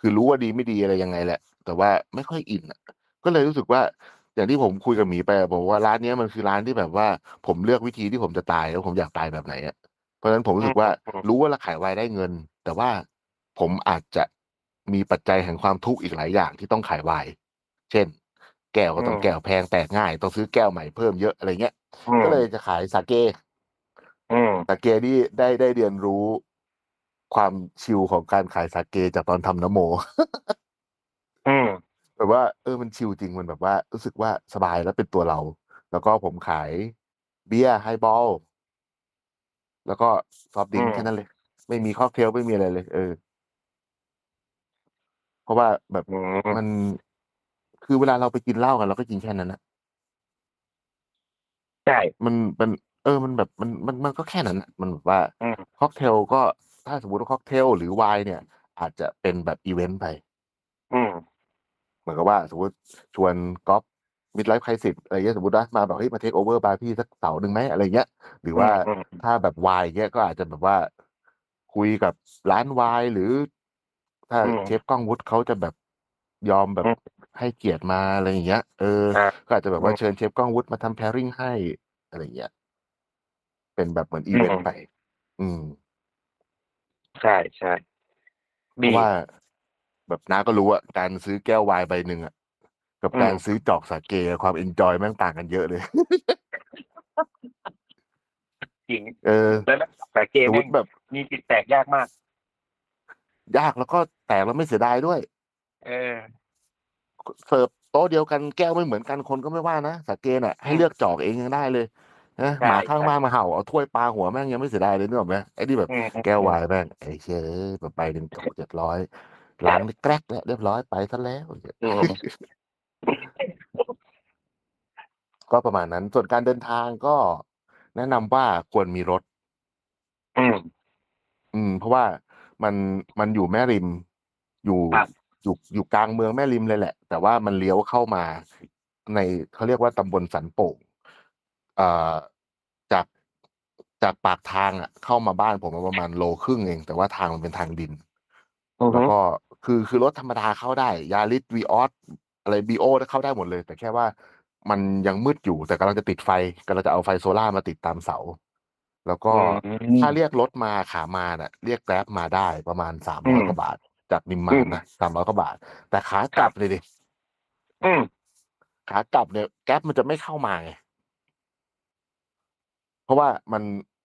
Speaker 4: คือรู้ว่าดีไม่ดีอะไรยังไงแหละ แต่ว่าไม่ค่อยอินอะก็เลยรู้สึกว่าอย่างที่ผมคุยกับหมีไปอะบอกว่าร้านเนี้ยมันคือร้านที่แบบว่า ผมเลือกวิธีที่ผมจะตายแล้วผมอยากตายแบบไหนอะเพราะฉะนั้นผมรู้สึกว่า
Speaker 5: อืม
Speaker 4: รู้ว่าเราขายไวน์ได้เงิน แต่ว่าผมอาจจะ มีปัจจัยแห่งความทุกข์อีกหลายอย่างที่ต้องขายไวน์เช่น แก้วก็ต้อง
Speaker 5: อืม
Speaker 4: แก้วแพงแตกง่าย ต้องซื้อแก้วใหม่เพิ่มเยอะอะไรเงี้ย
Speaker 5: อืม
Speaker 4: ก็เลยจะขายสาเก
Speaker 5: อืม
Speaker 4: สาเกนี่ได้ได้เรียนรู้ความชิลของการขายสาเกจากตอนทำน้ำโม *laughs*
Speaker 5: อืม
Speaker 4: แบบว่าเออมันชิลจริงมันแบบว่า รู้สึกว่าสบายแล้วเป็นตัวเรา แล้วก็ผมขายเบียร์ไฮบอลแล้วก็ซอฟต์ดริง
Speaker 5: อื
Speaker 4: ก์
Speaker 5: ม
Speaker 4: แค่นั้นเลย ไม่มีค็อกเทลไม่มีอะไรเลย เออ เพราะว่าแบบ
Speaker 5: อืม
Speaker 4: มัน คือเวลาเราไปกินเหล้ากันเราก็กินแค่นั้นนะ
Speaker 5: ใช่
Speaker 4: มันมัน เออมันแบบมันมันมันก็แค่นั้นน่ะมันแบบว่า
Speaker 5: อืม
Speaker 4: ค็อกเทลก็ถ้าสมมติว่าค็อกเทลหรือไวน์เนี่ย อาจจะเป็นแบบอีเวนต์ไป
Speaker 5: อืม
Speaker 4: เหมือนกับว่าสมมติชวนก๊อฟมิดไลฟ์ใครสิทธ์อะไรเงี้ยสมมติว่ามาแบบเฮ้ยมาเทคโอเวอร์บาร์พี่สักเสาหนึ่งไหมอะไรเงี้ยหรือว่า
Speaker 5: อืม
Speaker 4: ถ้าแบบวายเงี้ยก็อาจจะแบบว่า คุยกับร้านวายหรือ ถ้า
Speaker 5: อืม
Speaker 4: เชฟก้องวุฒิเขาจะแบบยอมแบบ
Speaker 5: อืม
Speaker 4: ให้เกียรติมาอะไรอย่างเงี้ยเออ
Speaker 5: อ่า
Speaker 4: ก็อาจจะแบบว่า
Speaker 5: อืม
Speaker 4: เชิญเชฟก้องวุฒิมาทำแพริงให้อะไรเงี้ยเป็นแบบเหมือนอีเวน
Speaker 5: อืม
Speaker 4: ต์ไป อืม
Speaker 5: ใช่ใช่
Speaker 4: เพ
Speaker 5: ดี
Speaker 4: ราะว่าแบบน้าก็รู้อะการซื้อแก้วไวน์ใบหนึ่งอะกับ
Speaker 5: อืม
Speaker 4: การซื้อจอกสาเกอะความเอนจอยแม่งต่างกันเยอะเลย
Speaker 5: จริง
Speaker 4: เออ
Speaker 5: แล้วนักแต่เก
Speaker 4: สม
Speaker 5: ม
Speaker 4: ม
Speaker 5: แม่ง
Speaker 4: ติแบบ
Speaker 5: มีจิตแตกยากมาก
Speaker 4: ยากแล้วก็แตกแล้วไม่เสียดายด้วย
Speaker 5: เออ
Speaker 4: เสิร์ฟโต๊ะเดียวกันแก้วไม่เหมือนกันคนก็ไม่ว่านะสาเกน่ะให้เลือกจอกเองยังได้เลยนะ
Speaker 5: ใช่
Speaker 4: หมาข้าง
Speaker 5: ใช่
Speaker 4: บ้านมาเห่าเอาถ้วยปลาหัวแม่งยังไม่เสียดายเลยนึกออกไหมไอ้นี่แบบ
Speaker 5: อืม
Speaker 4: แก้วไวน์แม่งไอ้เชยแบบใบหนึ่งตกเจ็ดร้อยร้านแกรกแล้วเรียบร้อยไปซะแล้ว
Speaker 5: อืม
Speaker 4: ก็ประมาณนั้น ส่วนการเดินทางก็แนะนำว่าควรมีรถ
Speaker 5: อืม
Speaker 4: อืม เพราะว่ามันมันอยู่แม่ริม อยู่
Speaker 5: ครับ
Speaker 4: อยู่อยู่กลางเมืองแม่ริมเลยแหละ แต่ว่ามันเลี้ยวเข้ามาในเขาเรียกว่าตำบลสันโป่งเอ่อจากจากปากทางอ่ะ เข้ามาบ้านผมมาประมาณโลครึ่งเอง แต่ว่าทางมันเป็นทางดิน
Speaker 5: อืม
Speaker 4: แล้วก็คือคือรถธรรมดาเข้าได้ ยาริสวีออสอะไรบีโอเข้าได้หมดเลย แต่แค่ว่ามันยังมืดอยู่ แต่กำลังจะติดไฟกำลังจะเอาไฟโซล่าร์มาติดตามเสา แล้วก็ถ้าเรียกรถมาขามาน่ะ เรียกแกร็บมาได้ประมาณสามร้อยกว่าบาท จากนิมมานนะสามร้อยกว่าบาท แต่ขากลับเลยดิ
Speaker 5: อืม
Speaker 4: ขากลับเนี่ยแกร็บมันจะไม่เข้ามาไงเพราะว่ามัน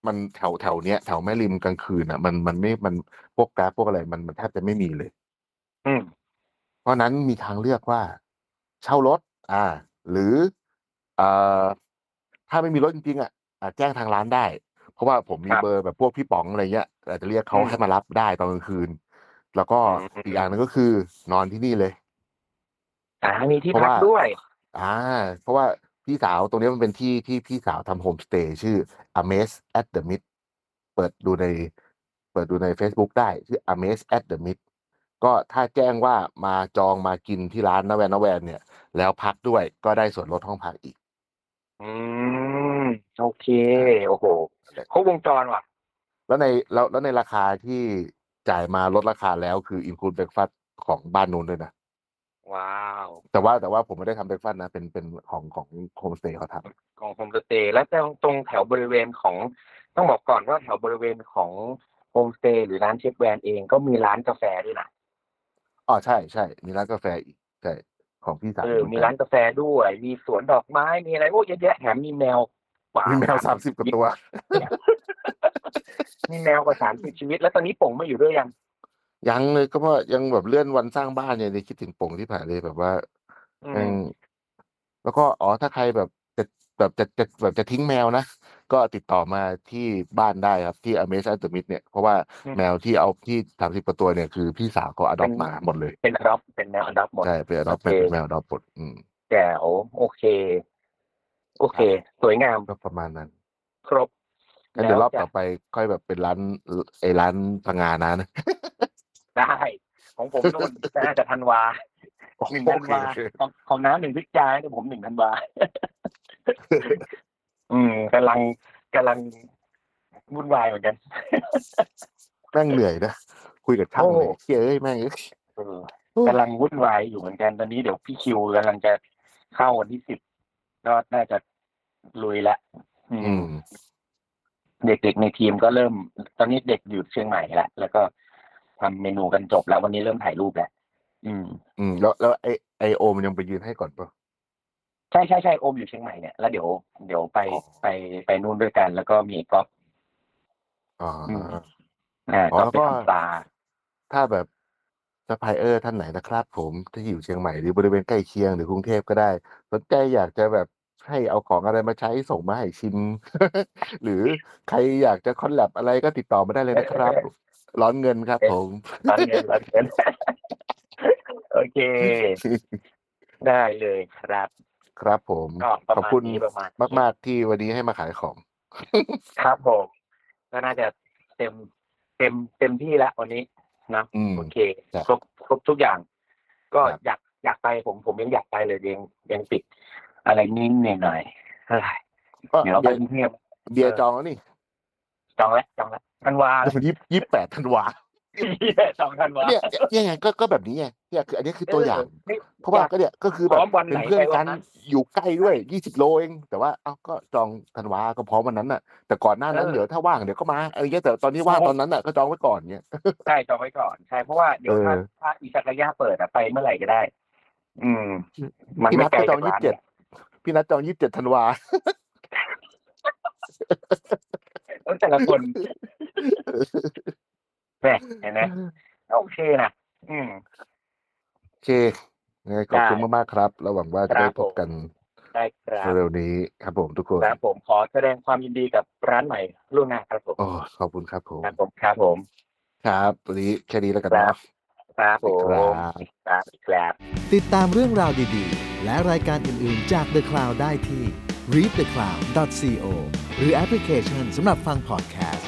Speaker 4: มันแถวแถวเนี้ยแถวแม่ริมกลางคืนอ่ะ มันมันไม่มันพวกแกร็บพวกอะไรมันมันแทบจะไม่มีเลย
Speaker 5: อืม
Speaker 4: เพราะฉะนั้นมีทางเลือกว่า เช่ารถ อ่า หรือเอ่อถ้าไม่มีรถจริงๆอ่ะอ่ะแจ้งทางร้านได้ เพราะว่าผมมี
Speaker 5: ครับ
Speaker 4: เบอร์แบบพวกพี่ป๋องอะไรเงี้ยอาจจะเรียกเขา
Speaker 5: อืม
Speaker 4: ให้มารับได้ตอนกลางคืน แล้วก็
Speaker 5: อืม
Speaker 4: อีกอย่างหนึงก็คือนอนที่นี่เลย
Speaker 5: อ่ามีที่
Speaker 4: เพราะ
Speaker 5: พัก
Speaker 4: ว่า
Speaker 5: ด้วย
Speaker 4: อ่า เพราะว่าพี่สาวตรงนี้มันเป็นที่ที่พี่สาวทำโฮมสเตย์ชื่อ Amaze at the Mid เปิดดูใน เปิดดูใน Facebook ได้ ชื่อ Amaze at the Mid ก็ถ้าแจ้งว่ามาจองมากินที่ร้านนาแวนนาแวนเนี่ย แล้วพักด้วยก็ได้ส่วนลดห้องพักอีก
Speaker 5: อืมโอเคโอ้โหครบวงจรว่ะ
Speaker 4: แล้วในแล้วแล้วในราคาที่จ่ายมาลดราคาแล้วคืออินคลูดเบรกฟาสของบ้านนู้นด้วยนะ
Speaker 5: ว้าว
Speaker 4: แต่ว่าแต่ว่าผมไม่ได้ทำเบรกฟาสนะเป็นเป็นของของโฮมสเตย์เขาทำ
Speaker 5: ของโฮมสเตย์และตรงตรงแถวบริเวณของต้องบอกก่อนว่าแถวบริเวณของโฮมสเตย์หรือร้านเชฟแวนเองก็มีร้านกาแฟด้วยนะ
Speaker 4: อ๋อใช่ใช่มีร้านกาแฟอีกใช่ของพี่สาว
Speaker 5: เออ
Speaker 4: เหมือน
Speaker 5: มี
Speaker 4: กัน
Speaker 5: ร้านกาแฟด้วย มีสวนดอกไม้มีอะไรโอ้เยอะแยะแถมมีแมวกว่า
Speaker 4: มีแมวสามสิบกว่าตัว
Speaker 5: มีแมวกว่าสามสิบชีวิต แล้วตอนนี้ป่งมาอยู่ด้วยยัง
Speaker 4: ยังเลยก็เพราะยังแบบเลื่อนวันสร้างบ้านเนี่ยเลยคิดถึงโป่งที่ผ่านเลยแบบว่า
Speaker 5: อื
Speaker 4: แม่
Speaker 5: ม
Speaker 4: งแล้วก็อ๋อถ้าใครแบบจะแบบจะจะแบบจะทิ้งแมวนะ ก็ติดต่อมาที่บ้านได้ครับที่ Amaze at the Mid เนี่ย เพราะว่าแมวที่เอาที่สามสิบกว่าตัวเนี่ยคือพี่สาวเขาอดอปมาหมดเลย
Speaker 5: เป็นรับเป็นแมวรับหมด
Speaker 4: ใช่ไปอดอป
Speaker 5: โอเค
Speaker 4: เป็นแมวอดอปหมดอืม
Speaker 5: แจ๋วโอเค โอเค สวยงาม
Speaker 4: ก็ประมาณนั้น
Speaker 5: ครบ
Speaker 4: งั้นเดี๋ยวรอบ
Speaker 5: จะ
Speaker 4: ต่อไปค่อยแบบเป็นร้านไอ้ร้านพังงานะนะ
Speaker 5: ได้ ของผมนู่น น่าจะธันวาหนึ่งธันวาของของน้ำหนึ่งพฤศจิกายนแต่ผมหนึ่งธัน
Speaker 4: *laughs*
Speaker 5: วา อืมกำลังกำลังวุ่นวายเหมือนกัน
Speaker 4: แม่งเหนื่อยนะ คุยกับช่างเลย
Speaker 5: โอ้
Speaker 4: เฮ้ยแม่งเอ้ย
Speaker 5: เออกำลังวุ่นวายอยู่เหมือนกันตอนนี้เดี๋ยวพี่คิวกำลังจะเข้าวันที่สิบก็น่าจะลุยละอืม
Speaker 4: อืม
Speaker 5: เด็กๆในทีมก็เริ่ม ตอนนี้เด็กอยู่เชียงใหม่แล้วแล้วก็พ ทำเมนูกันจบแล้ววันนี้เริ่มถ่ายรูปแล้วอืม
Speaker 4: อืมแล้วแล้วไอไอโอมยังไปยืนให้ก่อนปะ
Speaker 5: ใช่ใช่ใช่โอมอยู่เชียงใหม่เนี่ยแล้วเดี๋ยวเดี๋ยวไป
Speaker 4: อ๋อ
Speaker 5: ไปไปนู่นด้วยกัน แล้วก็มีก๊อฟ
Speaker 4: อ๋ออ
Speaker 5: ม อ่า
Speaker 4: อ๋อ
Speaker 5: ก๊อฟ
Speaker 4: แล้วก็
Speaker 5: ไปทำปลา
Speaker 4: ถ้าแบบซัพพลายเออร์ท่านไหนนะครับ ผมที่อยู่เชียงใหม่หรือบริเวณใกล้เคียงหรือกรุงเทพก็ได้ สนใจอยากจะแบบให้เอาของอะไรมาใช้ส่งมาให้ชิม *laughs* หรือใครอยากจะคอนแลบอะไรก็ติดต่อมาได้เลยนะครับ ร้อนเงินครับ ผม
Speaker 5: ร้านเงินร้านเงิน *laughs* โอเค ได้เลยครับ
Speaker 4: ครับผม
Speaker 5: ก็ประ
Speaker 4: ขอบ
Speaker 5: มาณ
Speaker 4: คุณ
Speaker 5: นี้ประมาณนี้
Speaker 4: มาก ๆ ที่วันนี้ให้มาขายของ
Speaker 5: ครับผมก็น่าจะเต็มเต็มเต็มที่แล้ววันนี้นะ
Speaker 4: อืม
Speaker 5: โอเค
Speaker 4: ครับ
Speaker 5: ครบครบทุกอย่าง ก็
Speaker 4: ครับ
Speaker 5: อยากอยากไปผมผมยังอยากไปเลยยังยังติดอะไรนิดหน่อยๆเอ้ย
Speaker 4: ก็
Speaker 5: เดี๋ยวไป
Speaker 4: เบียร์
Speaker 5: กรุงเทพ
Speaker 4: เบียร์จองแล้วนี่
Speaker 5: จองแล้วจองแล้วธันวา
Speaker 4: *laughs* ยี่ยี่แปดธันวา
Speaker 5: สองธันวา
Speaker 4: เนี่ยเนี่ยไงก็ก็แบบนี้ไงเนี่ยคืออันนี้คือตัวอย่าง
Speaker 5: เนี่
Speaker 4: เพราะว่าก็เนี่ยก็คือแบบ
Speaker 5: พร้อมวัน
Speaker 4: เป็น
Speaker 5: ไหน
Speaker 4: เพื่อนกัน
Speaker 5: ไปวันนั้น
Speaker 4: อยู่ใกล้ด้วยยี่สิบโลเองแต่ว่าเอ้าก็จองธันวาก็พร้อมวันนั้นน่ะ แต่ก่อนหน้านั้นเดี๋ยวถ้าว่างเดี๋ยวก็มาอะไรเงี้ยแต่ตอนที่ว่างตอนนั้นน่ะก็จองไว้ก่อนเนี่ย
Speaker 5: ใช่จองไว้ก่อนใช่เพราะว่าเดี๋ยว
Speaker 4: เออ
Speaker 5: ถ้าถ้าอีกสักระยะเปิดอะไปเมื่อไหร่ก็ได้ อืม มัน
Speaker 4: พี่
Speaker 5: ไม่
Speaker 4: นัด
Speaker 5: ไกล
Speaker 4: ก็จ
Speaker 5: จา
Speaker 4: อง
Speaker 5: ก
Speaker 4: ยี่
Speaker 5: ร้า
Speaker 4: สิบ
Speaker 5: น
Speaker 4: เจ็ดพี่นัดจองยี่สิบเจ็ดธันวา
Speaker 5: เออแต่ละคนแหมเห็นไหมโอเคนะอืม
Speaker 4: โอเคยังไงขอบคุณมากๆครับเราหวังว่าจะได้พบกัน
Speaker 5: ได้ครับ
Speaker 4: เร็วๆนี้ครับผมทุกคน
Speaker 5: ครับผมขอแสดงความยินดีกับร้านใหม่ล่วงหน้าครับผม
Speaker 4: โอ้ขอบคุณครับผม
Speaker 5: ครับผมครับผม
Speaker 4: ครับวันนี้แค่นี้แล้วกัน
Speaker 5: ครั
Speaker 4: เนาะ
Speaker 5: บ ครับผม
Speaker 4: ครับ
Speaker 5: ครับครับ
Speaker 1: ติดตามเรื่องราวดีๆ และรายการอื่นๆจาก The Cloud ได้ที่ readthecloud.co หรือแอปพลิเคชันสำหรับฟัง podcast